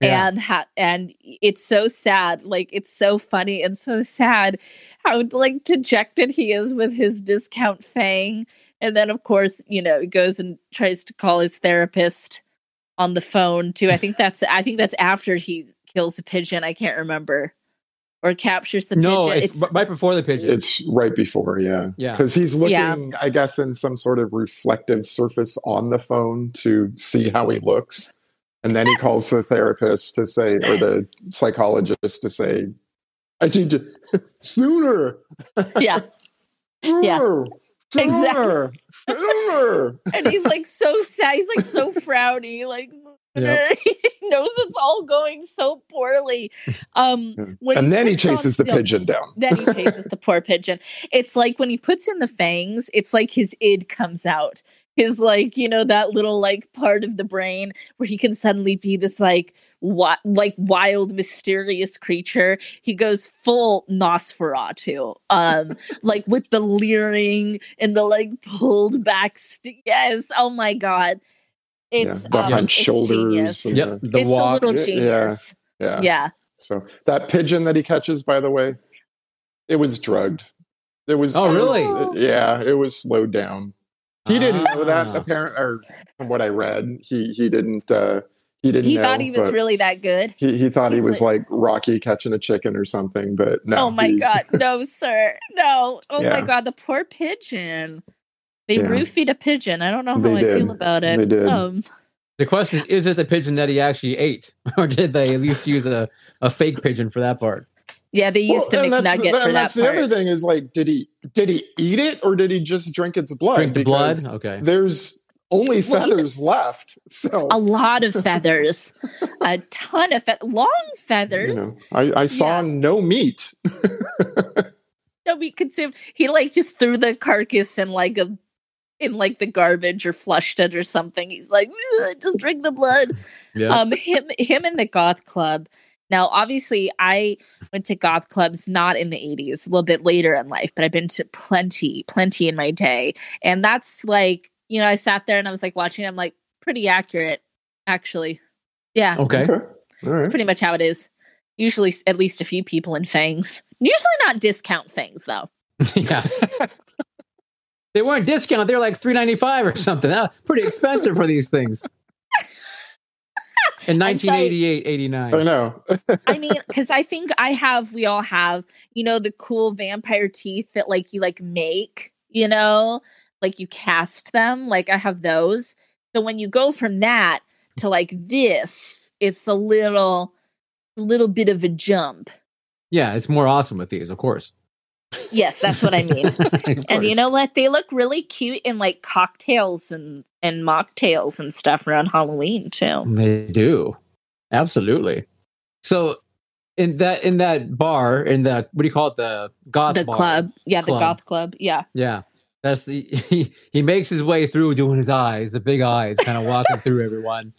D: Yeah.
C: and ha- and it's so sad. Like it's so funny and so sad how like dejected he is with his discount fang. And then of course you know he goes and tries to call his therapist on the phone too. I think that's I think that's after he kills a pigeon. I can't remember or captures the
D: no,
C: pigeon.
D: it's, r- right before the pigeon.
B: It's right before, yeah.
D: yeah.
B: Because he's looking,
C: Yeah.
B: I guess, in some sort of reflective surface on the phone to see how he looks. And then he calls the therapist to say, or the psychologist to say, I need you sooner.
C: yeah. Yeah.
B: Sooner. Sooner.
C: Exactly.
B: Sooner.
C: and he's like so sad. He's like so frowny. Like he knows it's all going so poorly. Um,
B: Yeah.
C: when
B: and then he
C: puts on
B: chases the
C: silk-
B: pigeon down.
C: Then he chases the poor pigeon. It's like when he puts in the fangs, it's like his id comes out. His like you know that little like part of the brain where he can suddenly be this like what like wild mysterious creature. He goes full Nosferatu, um, like with the leering and the like pulled back. St- yes, oh my god, it's
B: yeah. The
C: um,
B: hunched
C: it's
B: shoulders.
C: genius.
B: and
D: Yep.
B: the-
D: The
C: it's
D: walk.
C: a little
B: Yeah.
C: genius.
B: yeah.
C: yeah.
B: So that pigeon that he catches, by the way, it was drugged. It was
D: Oh,
B: it was-
C: really?
B: yeah, it was slowed down. He didn't know that.
D: Ah.
B: Apparent or from what I read, he he didn't uh, he didn't.
C: he
B: know,
C: thought he was
B: but
C: really that good.
B: He, he thought he
C: he's
B: was like, Rocky catching a chicken or something, but no.
C: oh my
B: he-
C: god, no, sir, no! Oh my
B: Yeah.
C: god, the poor pigeon. They
B: Yeah.
C: roofied a pigeon. I don't know how
B: They
C: I
B: did.
C: feel about it.
B: They did.
C: Um,
D: The question is: Is it the pigeon that he actually ate, or did they at least use a, a fake pigeon for that part?
C: yeah, they used
B: Well,
C: a
B: and that's the-
C: McNugget for
B: and
C: that
B: that's the other
C: part.
B: thing is like, did he did he eat it or did he just drink its blood?
D: Drink the blood.
B: Because
D: Okay.
B: There's only
C: Well, he-
B: feathers left, so
C: A lot of feathers, a ton of fe- long
B: you
C: feathers.
B: know, I, I saw no meat.
C: No, we consumed. He like just threw the carcass in like a in like the garbage or flushed it or something. He's like, "Ugh, just drink the blood.
D: Yeah.
C: Um, him him in the goth club. Now, obviously, I went to goth clubs not in the eighties, a little bit later in life, but I've been to plenty, plenty in my day, and that's like you know, I sat there and I was like watching. I'm like pretty accurate, actually. Yeah,
D: okay.
B: All right.
C: pretty much how it is. Usually, s- at least a few people in fangs. Usually, not discount fangs though.
D: yes. They weren't discount. They were like three ninety five or something. That pretty expensive for these things. In
C: I'm sorry.
D: 1988, 89.
B: I know.
C: I mean, because I think I have, we all have, you know, the cool vampire teeth that like you like make, you know, like you cast them. Like I have those. So when you go from that to like this, it's a little, little bit of a jump.
D: Yeah, it's more awesome with these, of course.
C: Yes, that's what I mean. and you
D: course.
C: know what? They look really cute in like cocktails and and mocktails and stuff around Halloween too.
D: They do. Absolutely. So in that in that bar, in the what do you call it? The goth
C: the
D: bar.
C: club, yeah, the
D: Club.
C: goth club, yeah.
D: Yeah. That's the he, he makes his way through doing his eyes, the big eyes, kind of walking through everyone.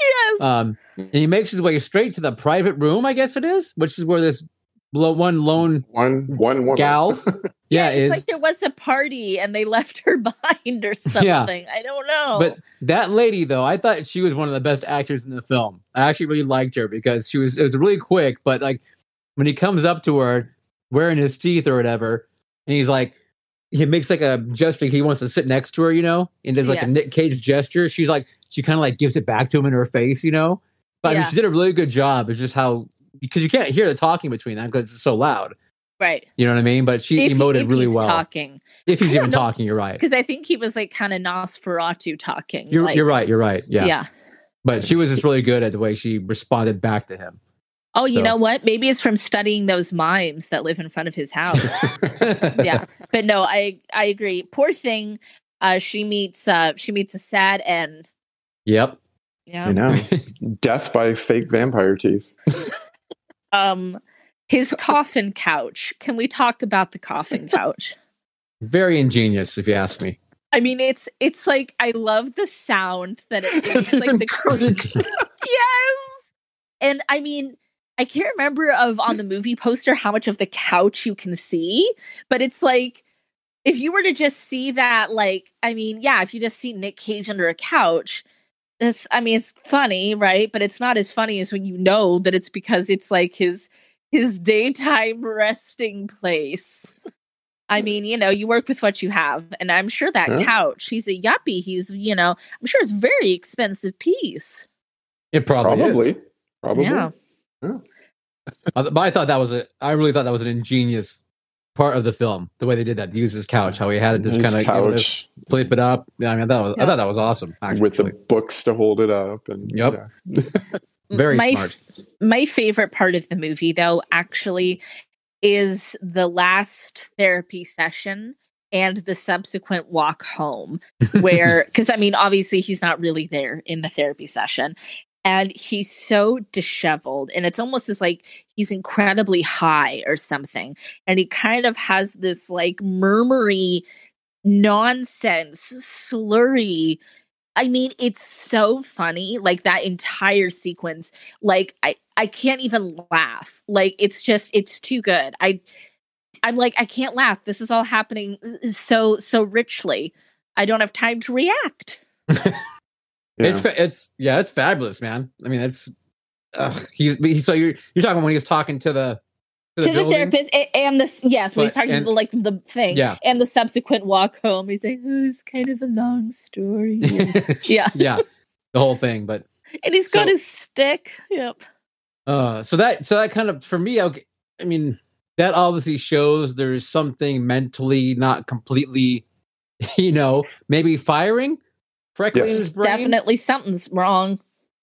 C: Yes.
D: Um and he makes his way straight to the private room, I guess it is, which is where this lo- one lone
B: One one woman.
D: gal yeah,
C: it's
D: is
C: like there was a party and they left her behind or something. I don't know.
D: But that lady, though, I thought she was one of the best actors in the film. I actually really liked her because she was it was really quick. But like when he comes up to her, wearing his teeth or whatever, and he's like, he makes like a gesture. He wants to sit next to her, you know, and there's like a
C: Yes.
D: Nick Cage gesture. She's like, she kind of like gives it back to him in her face, you know. But I
C: Yeah.
D: mean, she did a really good job. It's just how because you can't hear the talking between them because it's so loud.
C: right.
D: You know what I mean? But she
C: If he-
D: emoted
C: if
D: really
C: he's
D: well.
C: talking.
D: if
C: I
D: he's
C: don't
D: even
C: know.
D: talking, you're right.
C: Because I think he was like kind of Nosferatu talking.
D: You're,
C: like-
D: you're right. You're right.
C: Yeah.
D: Yeah. but she was just really good at the way she responded back to him.
C: Oh, you
D: So-
C: know what? Maybe it's from studying those mimes that live in front of his house.
D: yeah,
C: Oh. yeah but no i i agree poor thing uh she meets uh she meets a sad end
D: yep.
C: yeah
B: I know. Death by fake vampire teeth.
C: um his coffin couch can we talk about the coffin couch
D: Very ingenious, if you ask me.
C: i mean it's it's like i love the sound that it makes like
B: even
C: the
B: creaks.
C: yes and i mean i can't remember of on the movie poster how much of the couch you can see but it's like if you were to just see that like i mean yeah if you just see nick cage under a couch this i mean it's funny right but it's not as funny as when you know that it's because it's like his his daytime resting place i mean you know you work with what you have and i'm sure that
B: Yeah.
C: couch he's a yuppie he's you know i'm sure it's a very expensive piece
D: It probably,
B: Probably.
D: is.
B: Probably.
C: yeah.
D: I th- But I thought that was a. I really thought that was an ingenious part of the film. The way they did that, use his couch, how he had it just
B: His
D: kind of
B: couch
D: flip it up. Yeah, I mean, that was.
C: Yeah.
D: I thought that was awesome. Actually.
B: with the books to hold it up and
D: Yep.
B: yeah.
D: very
C: my
D: smart.
C: my favorite part of the movie though actually is the last therapy session and the subsequent walk home where because i mean obviously he's not really there in the therapy session and he's so disheveled and it's almost as like he's incredibly high or something and he kind of has this like murmury nonsense slurry i mean it's so funny like that entire sequence like i i can't even laugh like it's just it's too good i i'm like i can't laugh this is all happening uh, so so richly i don't have time to react
B: Yeah.
D: It's fa- it's yeah, it's fabulous, man. I mean, it's uh, he's he, so you're you're talking when he was talking to the
C: to the
D: building?
C: therapist a- and this yes when
D: But-
C: he's talking
D: and-
C: to the, like the thing
D: Yeah.
C: and the subsequent walk home he's like oh it's kind of a long story Yeah.
D: yeah, the whole thing, but.
C: and he's got
D: So-
C: his stick yep
D: Uh, so that so that kind of for me, okay, I mean, that obviously shows there's something mentally not completely, you know, maybe firing correctly
B: Yes.
D: in his brain.
C: definitely something's wrong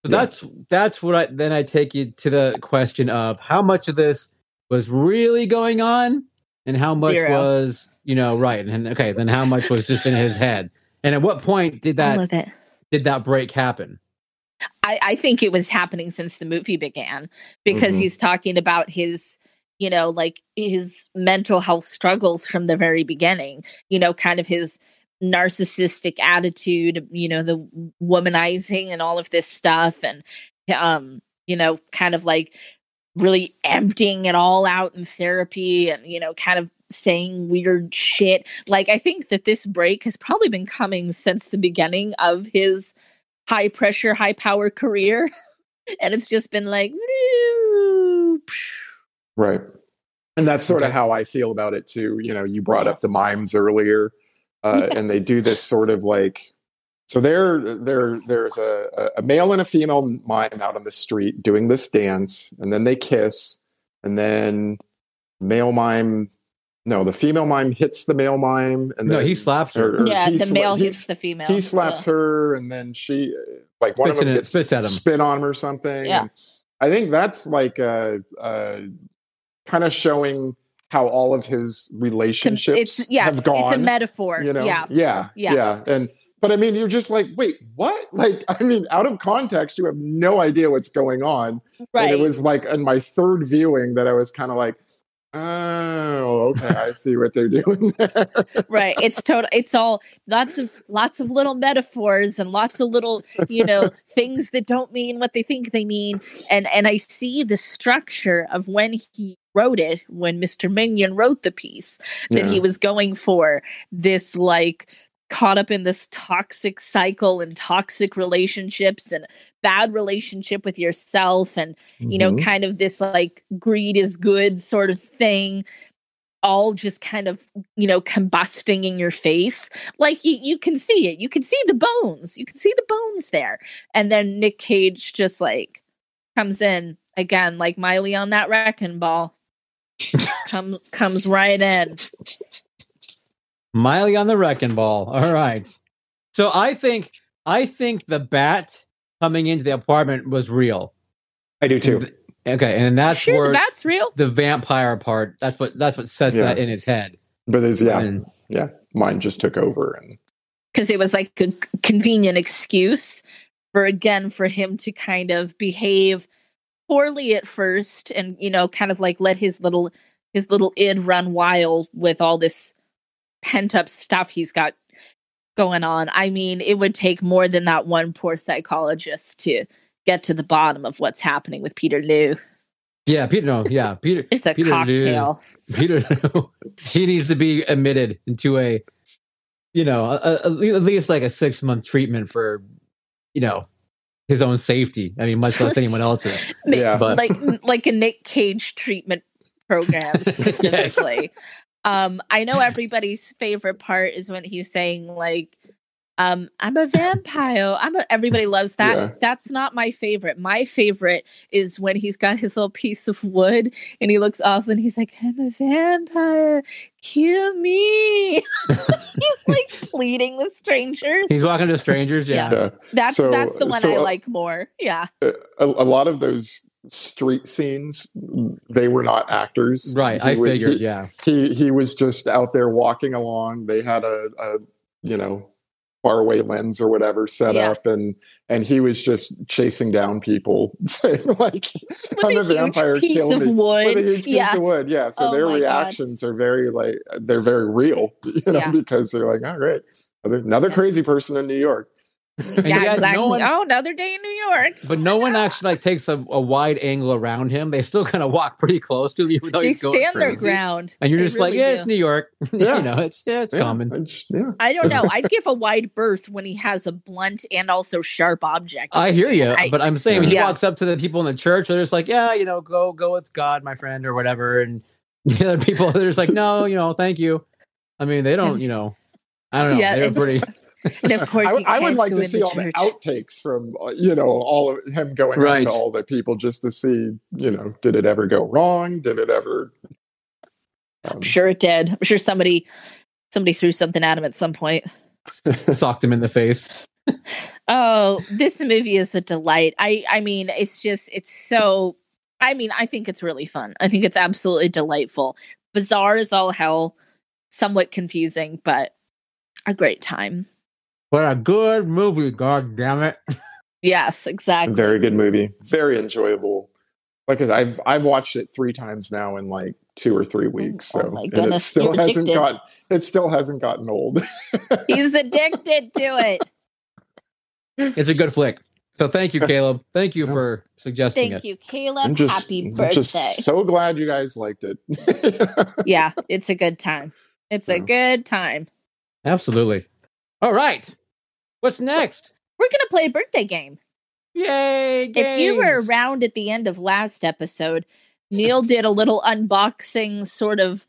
D: So that's that's what I then I take you to the question of how much of this was really going on and how much
C: Zero.
D: was you know right and okay then how much was just in his head and at what point did
C: i
D: that
C: love it
D: did that break happen?
C: I, I think it was happening since the movie began because
B: Mhm.
C: he's talking about his, you know, like his mental health struggles from the very beginning, you know, kind of his narcissistic attitude, you know, the womanizing and all of this stuff and um, you know, kind of like really emptying it all out in therapy and, you know, kind of saying weird shit. Like I think that this break has probably been coming since the beginning of his high pressure, high power career. And it's just been like,
B: Right. And that's sort
D: Okay.
B: of how I feel about it too. You know, you brought up the mimes earlier, uh, and they do this sort of like. So there, there, there's a, a- a male and a female mime out on the street doing this dance, and then they kiss, and then male mime, no, the female mime hits the male mime, and
D: No,
B: then
D: he slaps her.
B: or
C: yeah,
B: he
C: the
B: sla-
C: male
B: he
C: hits
B: s-
C: the female.
B: he slaps her, and then she, uh, like one of
D: Spits
B: them
D: in it-
B: gets
D: spits at him.
B: spit on him or something.
C: Yeah.
B: And I think that's like a, uh kind of uh, showing how all of his
C: It's, a-
B: relationships
C: it's yeah,
B: have gone.
C: it's a metaphor.
B: you know?
C: Yeah.
B: yeah,
C: Yeah.
B: yeah, And but I mean, you're just like, wait, what? Like, I mean, out of context, you have no idea what's going on.
C: Right.
B: And it was like in my third viewing that I was kind of like, oh, okay, I see what they're doing. there."
C: right it's total it's all lots of lots of little metaphors and lots of little you know things that don't mean what they think they mean and and i see the structure of when he wrote it when mr minion wrote the piece that he was going for this like caught up in this toxic cycle and toxic relationships and bad relationship with yourself and you
D: Mm-hmm.
C: know,
B: Mhm.
C: kind of this like greed is good sort of thing, all just kind of, you know, combusting in your face. Like you, you can see it. You can see the bones. You can see the bones there. And then Nick Cage just like comes in again, like Miley on that wrecking ball. comes comes right in.
D: Miley on the wrecking ball. All right. So I think I think the bat coming into the apartment was real.
F: I do too.
D: Okay, and that's
C: Sure,
D: where
C: that's real.
D: the vampire part. That's what that's what sets
B: Yeah.
D: that in his head.
B: but there's yeah,
D: And
B: mine just took over and
C: because it was like a c- convenient excuse for again for him to kind of behave poorly at first and you know kind of like let his little his little id run wild with all this pent up stuff he's got going on i mean it would take more than that one poor psychologist to get to the bottom of what's happening with peter Liu.
D: yeah, Peter. No, yeah, Peter.
C: it's a
D: Peter Liu.
C: cocktail
D: Peter, he needs to be admitted into a, you know, a, a, at least like a six month treatment for, you know, his own safety. I mean, much less anyone else's.
C: Ma-
B: Yeah.
D: But
C: like like a Nick Cage treatment program
D: Yes.
C: specifically. Um, I know everybody's favorite part is when he's saying like, um, "I'm a vampire." I'm a, everybody loves that.
B: Yeah.
C: That's not my favorite. My favorite is when he's got his little piece of wood and he looks off and he's like, "I'm a vampire. Kill me." he's like pleading with strangers.
D: he's walking to strangers. Yeah.
B: yeah.
C: That's
B: So-
C: that's the one
B: so,
C: I
B: uh,
C: like more. Yeah,
B: a, a lot of those street scenes they were not actors
D: Right.
B: He
D: I
B: would-
D: figured.
B: he,
D: yeah.
B: he he was just out there walking along they had a, a you know faraway lens or whatever set
C: Yeah.
B: up and and he was just chasing down people saying like
C: with
B: i'm
C: a
B: a
C: huge
B: vampire
C: piece
B: kill
C: of
B: me
C: wood.
B: with a huge
C: yeah,
B: piece of wood yeah so
C: Oh
B: their
C: my God.
B: reactions are very like they're very real you know
C: Yeah.
B: because they're like oh great another, another crazy person in new york
D: And
C: yeah,
D: yet no
C: exactly.
D: one-
C: oh, another day in New York.
D: But no one actually like takes a, a wide angle around him. They still kind of walk pretty close to him, even though
C: they
D: Oh, he's going
C: stand their
D: crazy.
C: ground.
D: And you're
C: They
D: just like,
C: really
D: yeah,
C: do.
D: it's New York.
B: Yeah.
D: you know, it's yeah, it's
B: Yeah,
D: common.
B: I just- yeah
C: I don't know. I'd give a wide berth when he has a blunt and also sharp object.
D: I hear you,
C: I-
D: but I'm saying when he
C: Yeah.
D: walks up to the people in the church, they're just like, "Yeah, you know, go go with God, my friend, or whatever." And the other people, they're just like, "No, you know, thank you." I mean, they don't, you know, I don't know.
C: Yeah,
D: they're
C: it's-
D: pretty
C: And of course,
B: I,
C: you
B: I would
C: can't
B: like
C: go
B: to
C: in
B: see
C: the
B: all the
C: church.
B: outtakes from uh, you know all of him going out
D: Right.
B: to all the people just to see you know did it ever go wrong? Did it ever? Um,
C: I'm sure it did. I'm sure somebody somebody threw something at him at some point.
D: socked him in the face.
C: Oh, this movie is a delight. I I mean, it's just it's so I mean, I think it's really fun. I think it's absolutely delightful. Bizarre as all hell, somewhat confusing, but a great time.
D: What a good movie, god damn it!
C: Yes, exactly.
B: very good movie, very enjoyable. Like I said, I've I've watched it three times now in like two or three weeks,
C: oh
B: so
C: my
B: and it
C: goodness,
B: still
C: you're
B: hasn't
C: addicted.
B: gotten it still hasn't gotten old.
C: He's addicted to it.
D: It's a good flick. So thank you, Caleb. Thank you
B: Yeah.
D: for suggesting
C: Thank
D: it.
C: you, Caleb.
B: I'm just
C: Happy
B: I'm
C: birthday.
B: just so glad you guys liked it.
C: yeah, it's a good time. It's a
B: Yeah.
C: good time.
D: Absolutely. All right. What's next?
C: We're gonna play a birthday game.
D: Yay!
C: If you were
D: games.
C: around at the end of last episode, Neil did a little unboxing, sort of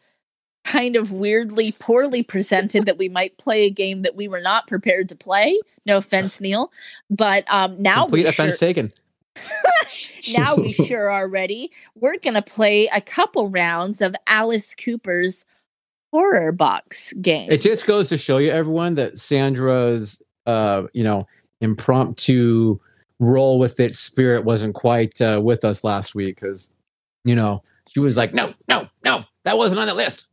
C: kind of weirdly poorly presented that we might play a game that we were not prepared to play. No offense, Neil. But um now
D: complete
C: we
D: offense
C: sure,
D: taken.
C: now we sure are ready. We're gonna play a couple rounds of Alice Cooper's horror box game.
D: It just goes to show you, everyone, that Sandra's, uh, you know, impromptu roll with it spirit wasn't quite uh, with us last week because, you know, She was like, no, no, no, that wasn't on the list.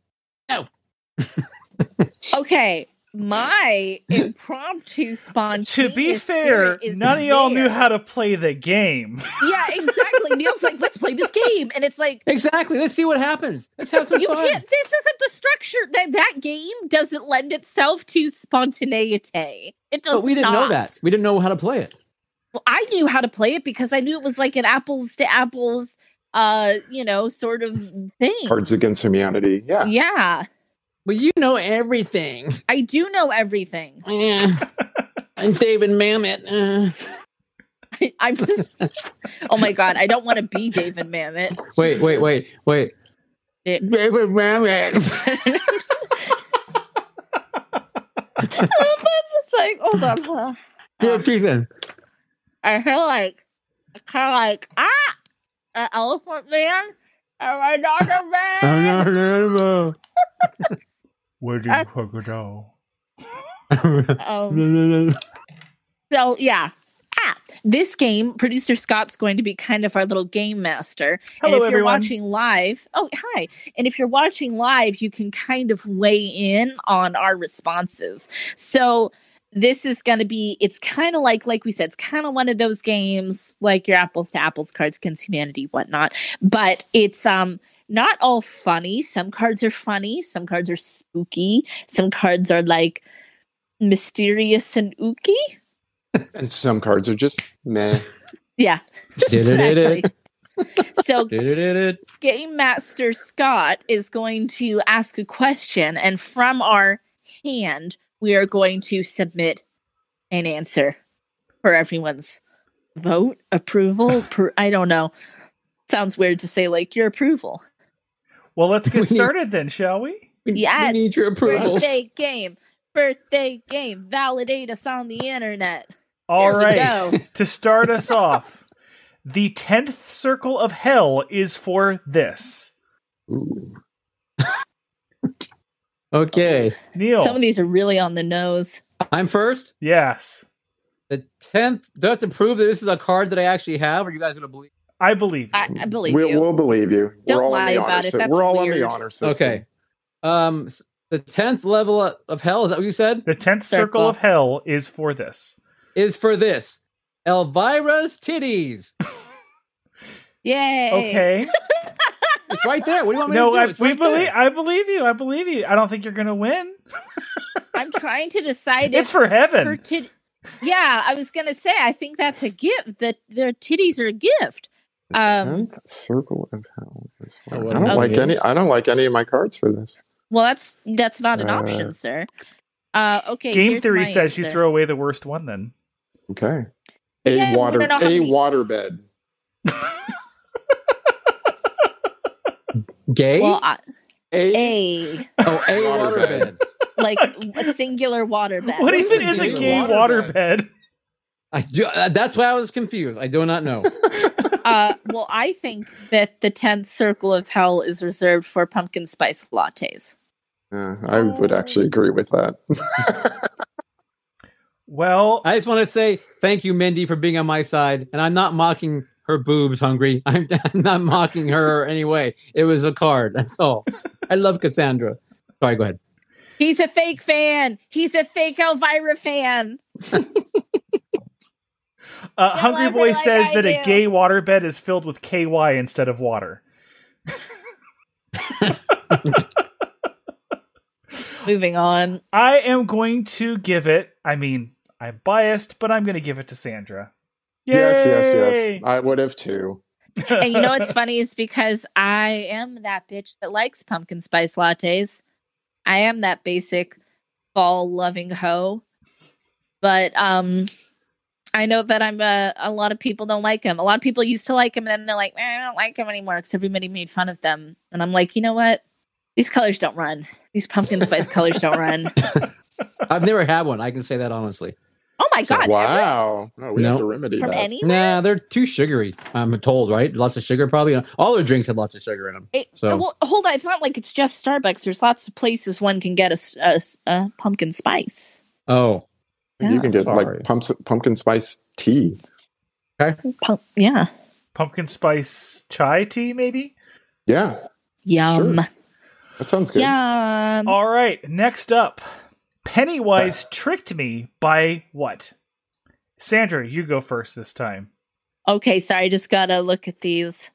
C: Okay, my impromptu spontaneous.
F: To be fair,
C: spirit is
F: none of y'all knew
C: there.
F: how to play the game.
C: Yeah, exactly. Neil's like, let's play this game, and it's like.
D: Exactly. Let's see what happens. Let's have some
C: You
D: fun.
C: can't. This isn't the structure that that game doesn't lend itself to spontaneity. It does
D: But we
C: not.
D: didn't know that. We didn't know how to play it.
C: Well, I knew how to play it because I knew it was like an apples to apples, uh, you know, sort of thing.
B: Cards Against Humanity. Yeah.
C: Yeah,
D: But you know everything.
C: I do know everything.
D: Yeah. and David Mamet. uh.
C: I, I'm. oh my god, I don't want to be David Mamet.
D: Wait, wait, wait, wait.
C: Yeah.
D: David Mamet.
C: That's it's like hold on, hold on.
D: Dear Ethan.
C: I feel like kind of like ah, an elephant man, and my daughter
D: I'm
C: man.
D: not an animal.
F: Wedding
C: Uh,
F: crocodile.
C: Um, so yeah. Ah, this game, producer Scott's going to be kind of our little game master.
F: Hello,
C: and if
F: everyone.
C: you're watching live, oh hi. And if you're watching live, you can kind of weigh in on our responses. So this is going to be it's kind of like like we said it's kind of one of those games like your apples to apples cards against humanity whatnot but it's um not all funny some cards are funny some cards are spooky some cards are like mysterious and ooky
B: And some cards are just meh.
C: yeah exactly.
D: Exactly.
C: so Game Master Scott is going to ask a question, and from our hand, we are going to submit an answer for everyone's vote, approval. Per, I don't know. Sounds weird to say like your approval.
F: Well, let's
D: We
F: get
D: need-
F: started then, shall we?
C: Yes.
D: We need your approval.
C: Birthday game. Birthday game. Validate us on the internet.
F: All
C: There we
F: right.
C: go.
F: To start us off, the 10th circle of hell is for this.
D: Okay.
F: Neil.
C: Some of these are really on the nose.
D: I'm first.
F: yes.
D: The 10th. Do I have to prove that this is a card that I actually have? Or are you guys going to believe?
F: I believe. you.
C: I, I believe
B: We'll,
C: you.
B: we'll believe you.
C: Don't
B: we're all
C: lie
B: on the
C: about
B: honor
C: it.
B: system.
C: That's
B: we're all on the
C: weird.
B: honor system.
D: Okay. Um, s- The 10th level o- of hell, is that what you said?
F: the 10th circle
C: Circle.
F: of hell is for this.
D: Is for this Elvira's titties.
C: Yay.
F: Okay.
D: It's right there. What do you want me
F: No,
D: to do?
F: I,
D: It's
F: we
D: right
F: believe.
D: there.
F: I believe you. I believe you. I don't think you're gonna win.
C: I'm trying to decide
F: It's
C: if
F: for
C: for
F: heaven.
C: tit- yeah, I was gonna say I think that's a gift. That their titties are a gift.
B: The
C: Um,
B: tenth circle of hell. is for-
D: Oh,
B: I
D: what
B: don't
D: a
B: like
D: movie.
B: any. I don't like any of my cards for this.
C: Well, that's that's not an
B: Uh,
C: option, sir. Uh, okay.
F: Game
C: here's
F: theory
C: my
F: says you
C: answer.
F: throw away the worst one. Then
B: Okay.
C: But yeah,
B: A
C: we
B: water.
C: wanna know how
B: A
C: many-
B: waterbed.
D: Gay?
C: Well, I,
B: A.
C: a
D: oh, a
B: Waterbed.
D: waterbed.
C: like a singular waterbed.
F: what
D: is
F: even
D: a
F: is a
D: gay
F: gay waterbed?
D: I do, uh, that's why I was confused. I do not know.
C: Uh, well, I think that the tenth circle of hell is reserved for pumpkin spice lattes.
B: Yeah, I would actually agree with that.
F: Well,
D: I just want to say thank you, Mindy, for being on my side. And I'm not mocking her boobs, hungry. I'm, I'm not mocking her anyway. It was a card. That's all. I love Cassandra. Sorry, go ahead.
C: He's a fake fan. He's a fake Elvira fan.
F: uh, Hungry
C: love her
F: Boy
C: like
F: says
C: I
F: that a
C: do.
F: gay waterbed is filled with KY instead of water.
C: Moving on.
F: I am going to give it. I mean, I'm biased, but I'm going to give it to Sandra.
B: yes, yes,
F: Yay!
B: yes. I would have too.
C: and you know what's funny is because I am that bitch that likes pumpkin spice lattes. I am that basic fall loving hoe. But um I know that I'm uh, a, a lot of people don't like him. A lot of people used to like him and then they're like, "Eh, I don't like him anymore because everybody made fun of them. And I'm like, you know what? These colors don't run. These pumpkin spice colors don't run.
D: I've never had one. I can say that honestly.
C: Oh my
B: So,
C: god. ever?
B: wow. No, we
D: No.
B: have to remedy
C: From
B: that.
C: any
D: Nah, they're too sugary. I'm told, right? Lots of sugar, probably. All their drinks have lots of sugar in them.
C: It,
D: So-
C: well, hold on. It's not like it's just Starbucks. There's lots of places one can get a s- a s- a pumpkin spice.
D: Oh,
B: you can get
D: Sorry.
B: like pumps, pumpkin spice tea.
C: Pump, yeah.
F: Pumpkin spice chai tea, maybe.
B: Yeah,
C: Yum.
B: Sure. that sounds good.
C: Yum.
F: All right, next up.
B: Uh.
F: Pennywise tricked me by what? Sandra, you go first this time.
C: Okay, sorry, just gotta look at these.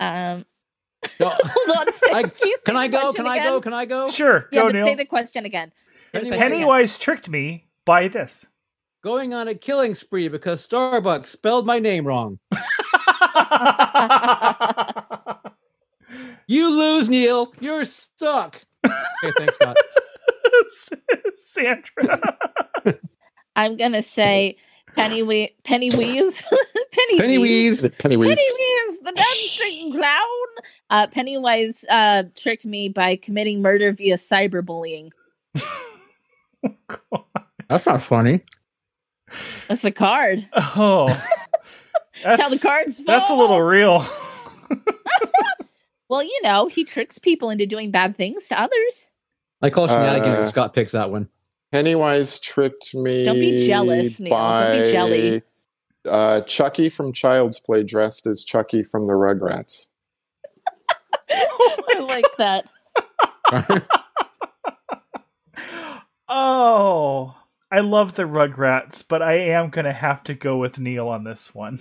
C: Um
D: No.
C: hold on a sec.
D: I-
C: Can you say
D: Can I
C: the
D: go?
C: question
D: Can I go?
C: again?
D: Can I go?
F: Sure,
C: Oh, Yeah,
F: go
C: but say
F: Neil.
C: the question again. Say the
D: Penny-
C: question again.
F: Pennywise tricked me by this.
D: Going on a killing spree because Starbucks spelled my name wrong. You lose, Neil. You're stuck. okay, thanks, Scott.
F: Sandra.
C: I'm gonna say Penny Wee Penny Wheeze. Penny
D: Pennywise.
B: Pennywise.
C: Pennywise, the dancing clown. Uh, Pennywise uh, tricked me by committing murder via cyberbullying.
E: That's not funny.
C: That's the card.
F: Oh. That's,
C: That's how the cards fall.
F: That's a little real.
C: Well, you know, he tricks people into doing bad things to others.
D: I call shenanigans if
B: Uh,
D: Scott picks that one.
B: Pennywise tricked me.
C: Don't be jealous, Neil. Don't be jelly.
B: by, Uh, Chucky from Child's Play dressed as Chucky from the Rugrats.
C: I like that.
F: Oh. I love the Rugrats, but I am going to have to go with Neil on this one.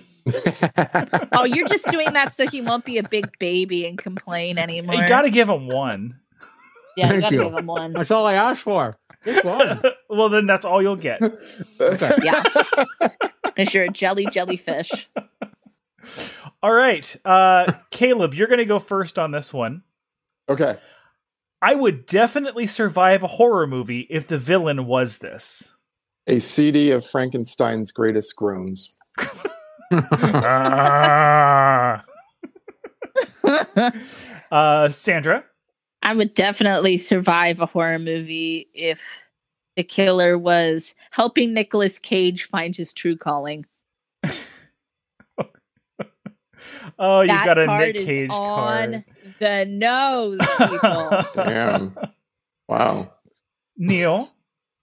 C: Oh, you're just doing that so he won't be a big baby and complain anymore.
F: You got to give him one.
C: yeah, you
E: Thank
C: gotta
E: you.
C: give him one.
D: That's all I asked for. Just one.
F: well, then that's all you'll get.
C: Yeah. Because you're a jelly jellyfish.
F: All right. Uh, Caleb, you're going to go first on this one.
B: Okay.
F: I would definitely survive a horror movie if the villain was this.
B: A CD of Frankenstein's greatest groans.
F: Ah. uh, Sandra.
C: I would definitely survive a horror movie if the killer was helping Nicolas Cage find his true calling.
F: Oh, you
C: that
F: got a
C: card
F: Nick
C: is
F: Cage
C: on
F: card.
C: the nose, people.
B: Damn. wow.
F: Neil.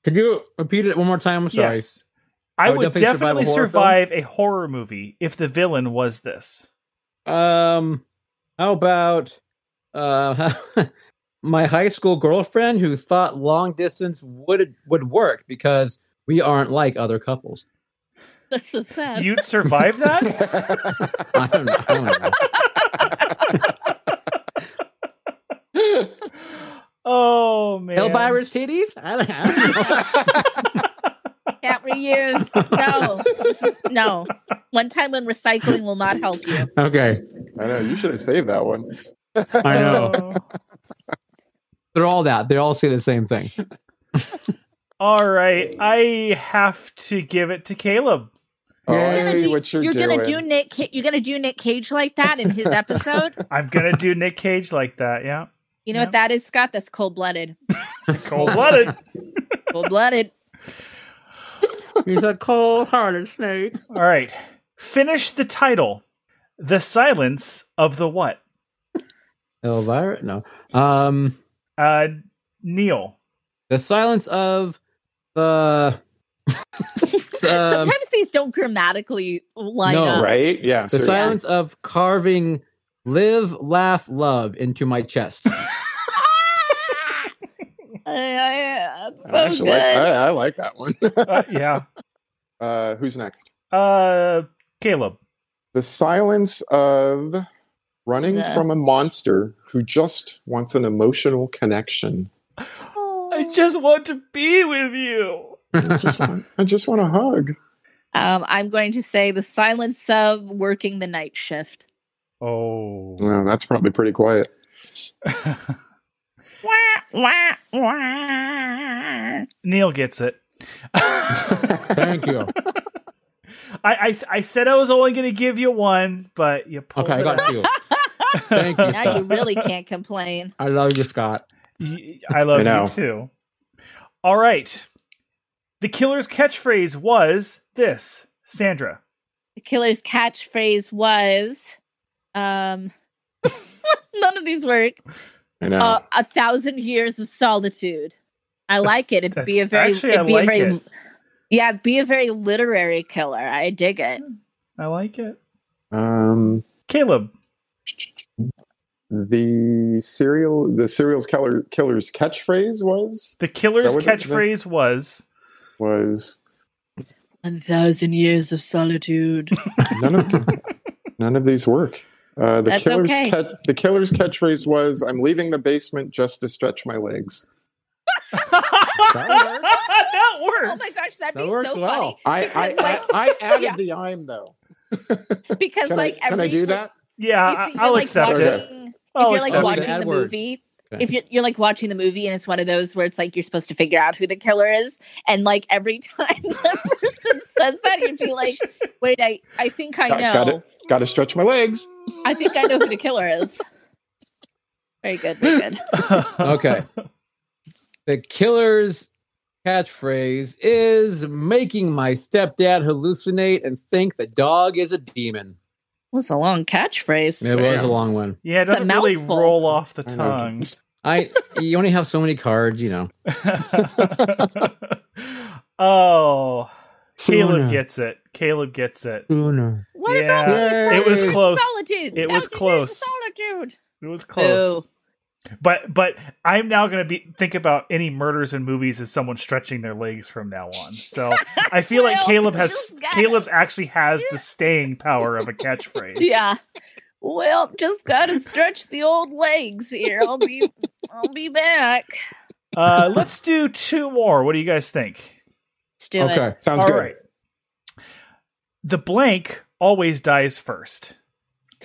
D: Could you repeat it one more time? I'm sorry.
F: Yes. I, would, definitely,
D: survive a horror
F: survive, a horror movie if the villain was this.
D: Um, how about uh, my high school girlfriend who thought long distance would would work because we aren't like other couples.
C: That's so sad.
F: You'd survive that?
D: I don't know. I don't know.
F: oh man.
D: Elvira's titties? I don't, I don't know.
C: Can't reuse. No. This is- no. One time when recycling will not help you.
D: Okay,
B: I know. You should have saved that one.
D: I know.
F: Oh.
D: They're all that. They all say the same thing.
F: All right, I have to give it to Caleb.
B: Oh,
D: You're
B: I
D: gonna
B: see
C: do-
B: what you're,
C: You're
B: doing.
C: gonna do Nick. Ca- you're gonna do Nick Cage like that in his episode.
F: I'm gonna do Nick Cage like that. Yeah,
C: You know
F: Yep.
C: what that is, Scott? That's cold blooded.
F: cold blooded.
C: Cold blooded.
D: He's a cold hearted snake.
F: All right, finish the title. The silence of the what?
D: Elvira? No. Um,
F: Uh, Neil.
D: the silence of the. um,
C: Sometimes these don't grammatically line
D: No,
C: up.
B: Right? Yeah.
D: the
B: seriously.
D: silence of carving live, laugh, love into my chest.
C: Ah, yeah, it's so
B: I actually
C: good.
B: like, I, I like that one.
F: Uh, yeah.
B: Uh, who's next?
F: Uh, Caleb.
B: The silence of running
C: Yeah.
B: from a monster who just wants an emotional connection.
F: I just want to be with you.
B: I just want, I just want a hug.
C: um, I'm going to say the silence of working the night shift.
F: Oh.
B: Well, that's probably pretty quiet.
C: Wah, wah, wah.
F: Neil gets it.
D: Thank you.
F: I, I s- I said I was only going to give you one, but you pulled
D: Okay, I
F: it
D: got
F: out.
D: two. Thank you.
C: Now you really can't complain.
D: I love you, Scott.
F: Y- I love
B: I know.
F: you too. All right. The killer's catchphrase was this, Sandra.
C: The killer's catchphrase was, um, none of these work.
B: I know.
C: Uh, a thousand years of solitude. I like it. It'd be a
F: that's-
C: very,
F: actually, I
C: it'd be
F: like
C: a very,
F: it.
C: yeah, it'd be a very literary killer. I dig it.
F: I like it.
B: um,
F: Caleb.
B: The serial, the serial's killer, killer's catchphrase was
F: The killer's
B: That would-
F: catchphrase was
B: was
C: One thousand years of solitude.
B: none of none of these work. Uh, the
C: That's
B: killer's
C: okay.
B: cat, the killer's catchphrase was "I'm leaving the basement just to stretch my legs."
D: works.
F: That works.
C: oh my gosh, that'd
D: That
C: be
D: works
C: so
D: well.
B: I I,
C: Because, like-
B: I, I added
C: Yeah.
B: the "I'm" though.
C: funny because
B: Can,
C: like
B: I, can
C: every
B: I do
C: like,
B: that?
F: Yeah,
C: if
F: I,
C: you're,
F: I'll
C: like,
F: accept
B: watching-
F: it.
C: watching- If
F: I'll
C: you're like
F: accept
D: watch-
F: it.
D: it.
C: watching the
D: Edwards.
C: movie,
D: Okay.
C: if you're, you're like watching the movie and it's one of those where it's like you're supposed to figure out who the killer is, and like every time the person says that, you'd be like, "Wait, I I think I know.
B: Got, got it. Got to stretch my legs.
C: I think I know who the killer is." Very good, very good.
D: Okay. The killer's catchphrase is making my stepdad hallucinate and think the dog is a demon.
C: was a long catchphrase.
D: It was a
B: Damn.
D: long one.
F: Yeah, it
C: It's a
F: doesn't really
C: mouthful.
F: roll off the
B: I know.
F: tongue.
D: I you only have so many cards, you know.
F: oh, Caleb
E: Tuna.
F: gets it. Caleb gets it.
E: Sooner.
C: What
F: Yeah.
C: about
B: Yay.
C: the
B: It
C: thousand
B: was
C: years of
F: close.
C: Solitude.
F: It
C: Thousand
F: was
C: years of
F: close.
C: Solitude.
F: It was close. But but I'm now gonna be think about any murders in movies as someone stretching their legs from now on. So I feel like
C: Well,
F: Caleb has
C: you got it.
F: Caleb's actually has the staying power of a catchphrase.
C: Yeah. Well, just gotta stretch the old legs here. I'll be, I'll be back.
F: Uh, let's do two more. What do you guys think?
C: Let's do it.
B: Sounds
F: All
B: good.
F: right. The blank always dies first.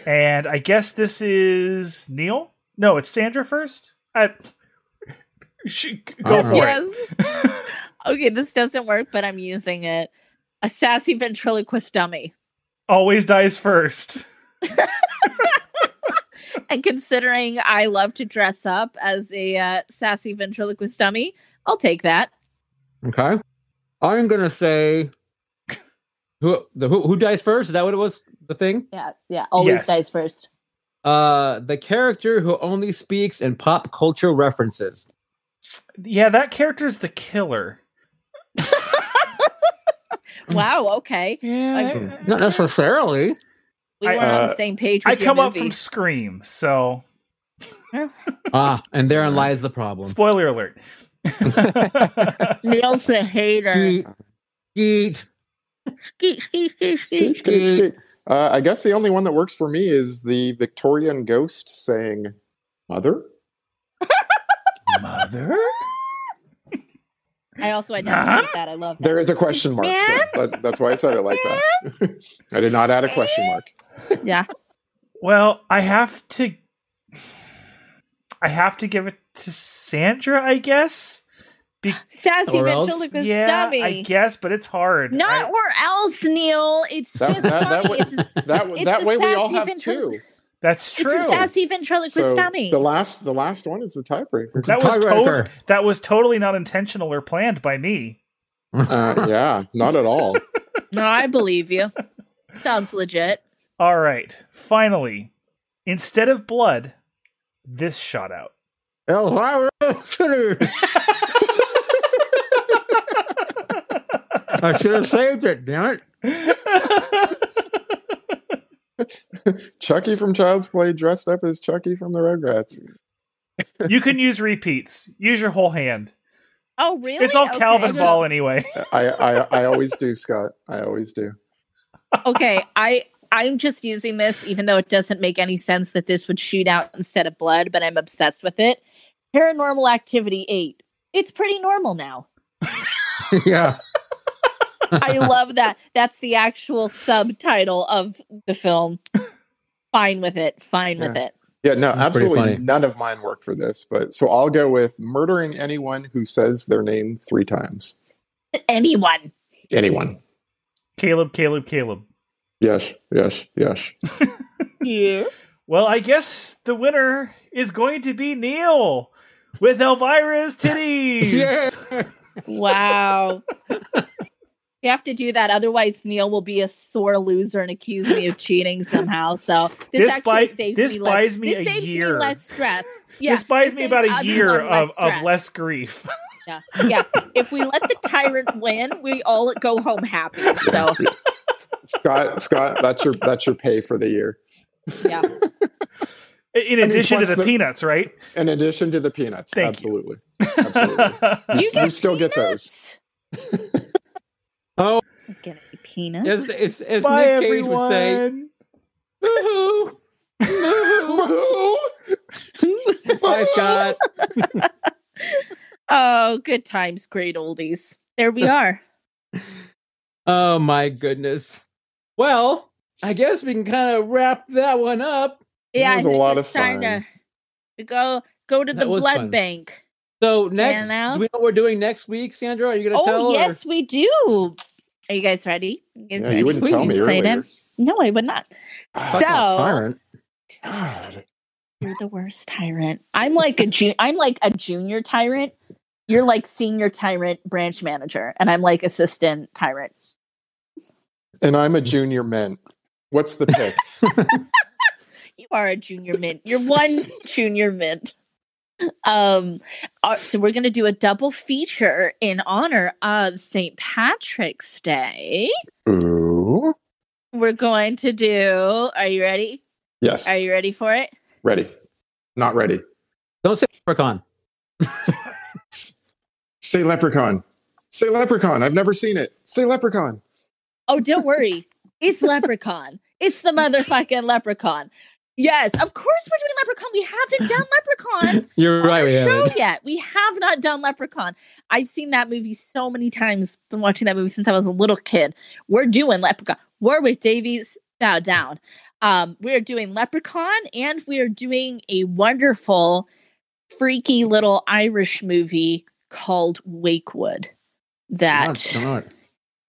F: And I guess this is Neil? No, it's Sandra first? I, she, go
D: All
B: Uh-huh.
F: for
D: right.
F: it.
C: Yes. Okay, this doesn't work, but I'm using it. A sassy ventriloquist dummy.
F: always dies first.
C: And considering I love to dress up as a uh, sassy ventriloquist dummy, I'll take that.
D: Okay. I'm gonna say who the who, who dies first? Is that what it was? The thing?
C: Yeah, yeah. Always
F: Yes.
C: dies first.
D: Uh the character who only speaks in pop culture references.
F: Yeah, that character's the killer. Mm.
C: Wow. Okay.
B: Hmm.
F: Yeah.
D: Not necessarily.
C: We
F: I-
C: weren't on
B: uh,
C: the same page.
F: I
C: With your
F: come up
C: movie.
F: from Scream, so
D: ah, and therein lies the problem.
F: spoiler alert. uh,
C: Neil's a hater.
D: Geet, geet.
B: Scoot, scoot,
C: Mm-hmm.
B: scoot. Uh, I guess the only one that works for me is the Victorian ghost saying "mother."
F: Mother?
C: I also identify with that. I love that.
B: There is a question mark. So that, that's why I said it like that. I did not add a question mark.
C: Yeah.
F: Well, I have to. I have to give it to Sandra, I guess.
C: Sassy
D: Or else?
C: ventriloquist
F: yeah,
C: dummy.
F: I guess, but it's hard.
C: Not
F: I-
C: or else, Neil. It's
B: That-
C: just
B: that- that
C: funny.
B: would-
C: it's, a,
B: That
C: It's
B: that
C: a
B: way we all
C: sassy
B: have
C: ventrilo-
B: two.
F: that's
C: it's a
F: true.
C: sassy ventriloquist
B: So
C: dummy.
B: the last the last one is the tiebreaker.
F: that was
D: Tiebreaker.
F: to- that was totally not intentional or planned by me.
B: Uh, yeah, not at all.
C: no, I believe you. Sounds legit.
F: All right, finally, instead of blood, this shot out.
D: Elvira City. I should have saved it, damn it.
B: Chucky from Child's Play dressed up as Chucky from the Rugrats.
F: you can use repeats. Use your whole hand.
C: Oh, really?
F: It's all
C: Okay.
F: Calvin Ball anyway.
B: I, I I always do, Scott. I always do.
C: Okay, I I'm just using this, even though it doesn't make any sense that this would shoot out instead of blood, but I'm obsessed with it. Paranormal Activity Eight. It's pretty normal now.
D: yeah.
C: I love that. That's the actual subtitle of the film. Fine with it. Fine with it.
B: Yeah, no,
D: That's pretty
B: absolutely
D: funny.
B: none of mine work for this. But so I'll go with murdering anyone who says their name three times.
C: Anyone.
B: Anyone.
F: Caleb, Caleb, Caleb.
B: Yes, yes, yes.
C: Yeah.
F: Well, I guess the winner is going to be Neil with Elvira's titties.
D: Yeah.
C: Wow. you have to do that. Otherwise, Neil will be a sore loser and accuse me of cheating somehow. So this,
F: This
C: actually
F: buy-
C: saves
F: this
C: me
F: buys
C: less.
F: me
C: this
F: a
C: saves
F: year.
C: me less stress. Yeah,
F: this buys me
C: saves
F: about a
C: everyone
F: year of, of
C: stress.
F: less grief.
C: Yeah. yeah. If we let the tyrant win, we all go home happy. So
B: Scott, Scott, that's your that's your pay for the year.
C: yeah.
F: In
B: mean,
F: addition
B: plus
F: to the,
B: the-
F: peanuts, right?
B: In addition to the peanuts,
F: Thank you.
B: absolutely. Absolutely.
C: You
B: you still get those.
C: peanuts?
D: Oh.
C: I'm getting peanuts.
D: As, as, as
F: Bye,
D: Nick Cage
F: everyone.
D: would say, "Woohoo, woohoo!" Bye, Scott.
C: Oh, good times, great oldies. There we are.
D: Oh my goodness. Well, I guess we can kind of wrap that one up.
C: I
B: was a
C: think
B: lot
C: it's
B: of
C: time
B: fun.
C: to go go to the
D: That was
C: blood
D: fun.
C: bank.
D: So next,
C: now-
D: do we know what we're doing next week, Sandra? Are you going to
C: oh
D: tell? or-
C: yes, we do. Are you guys ready? You guys
B: Yeah,
C: ready?
B: you wouldn't tell me
C: Please. Say
B: earlier. Ah,
C: them. No, I would not.
D: Fucking
C: so
D: tyrant.
B: God.
C: you're the worst tyrant. I'm like a ju- I'm like a junior tyrant. You're like senior tyrant branch manager, and I'm like assistant tyrant.
B: And I'm a junior mint. What's the pick?
C: You are a junior mint. You're one junior mint. Um, uh, so we're gonna do a double feature in honor of St. Patrick's Day.
B: Ooh.
C: We're going to do. Are you ready?
B: Yes.
C: Are you ready for it?
B: ready. Not ready.
D: Don't say leprechaun.
B: Say leprechaun. Say leprechaun. I've never seen it. Say leprechaun.
C: Oh, don't worry. It's Leprechaun. It's the motherfucking Leprechaun. Yes, of course we're doing Leprechaun. We haven't done Leprechaun.
D: You're
C: on
D: right.
C: the
D: We
C: show
D: haven't.
C: yet. We have not done Leprechaun. I've seen that movie so many times. Been watching that movie since I was a little kid. We're doing Leprechaun. We're with Davies. Bow down. Um, we are doing Leprechaun, and we are doing a wonderful, freaky little Irish movie called Wakewood. That
D: Come on, come on.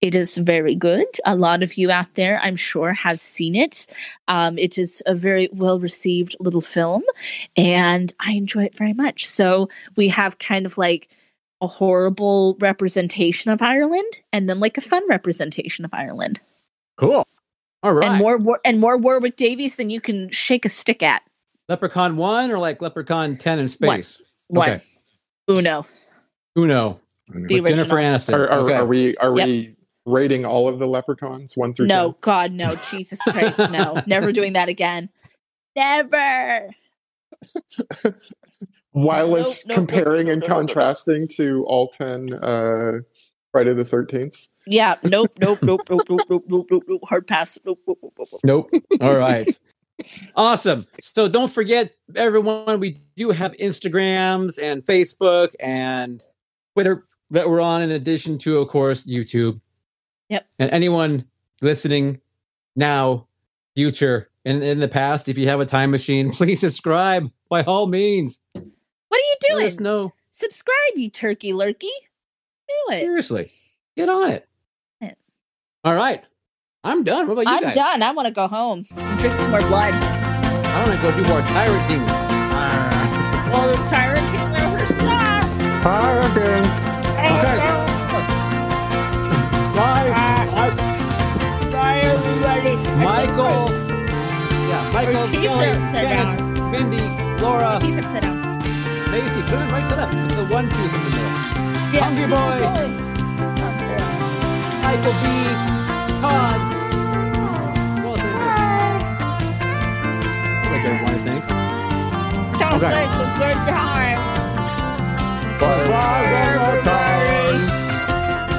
C: it is very good. A lot of you out there, I'm sure, have seen it. Um, it is a very well received little film, and I enjoy it very much. So we have kind of like a horrible representation of Ireland, and then like a fun representation of Ireland,
D: Cool. All right.
C: and more war- and more Warwick Davies than you can shake a stick at.
D: leprechaun one or like Leprechaun ten in
C: One.
D: space?
C: One
D: Okay.
C: Uno,
D: Uno
C: the
D: with Jennifer
C: original.
D: Aniston.
B: Are, are,
D: Okay.
B: are we are
C: Yep.
B: we rating all of the leprechauns one through
C: No, God, no, Jesus Christ, no, never doing that again. Never.
B: ten? While
C: Nope,
B: it's
C: nope, nope,
B: comparing
C: nope, nope,
B: and
C: nope, nope.
B: contrasting to all ten uh, Friday the Thirteenth.
C: Yeah. Nope. Nope. Nope. Nope. Nope. Nope. Nope. Nope. Nope. Hard pass. Nope. Nope. Nope. Nope. nope.
D: Nope. All right. awesome. So don't forget, everyone, we do have Instagrams and Facebook and Twitter that we're on, in addition to, of course, YouTube.
C: Yep.
D: And anyone listening now, future, and in the past, if you have a time machine, please subscribe by all means.
C: What are
D: Let
C: you
D: us
C: doing?
D: know.
C: Subscribe, you turkey lurkey. Do it.
D: Seriously, get on it.
C: Yeah.
D: All right. I'm done. What about you
C: I'm
D: guys?
C: done. I want to go home. and Drink some more blood.
D: I want to go do more pirating.
C: Well, the tyrant came over. Stop.
D: Okay. Bye. Bye,
C: Bye, everybody.
D: Michael. Yeah, Michael,
C: Or keep
D: Kelly,
C: them set
D: Kenneth, Mindy, Laura,
C: He's upside down.
D: Macy. Put it right side up. It's the one two in the middle.
C: Yeah,
D: Hungry
C: keep
D: boy.
C: going.
D: Michael B. Todd. Well, it's like everyone, I think.
C: Sounds
B: Okay.
C: like a good time. Everybody.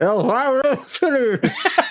D: El Pirate City.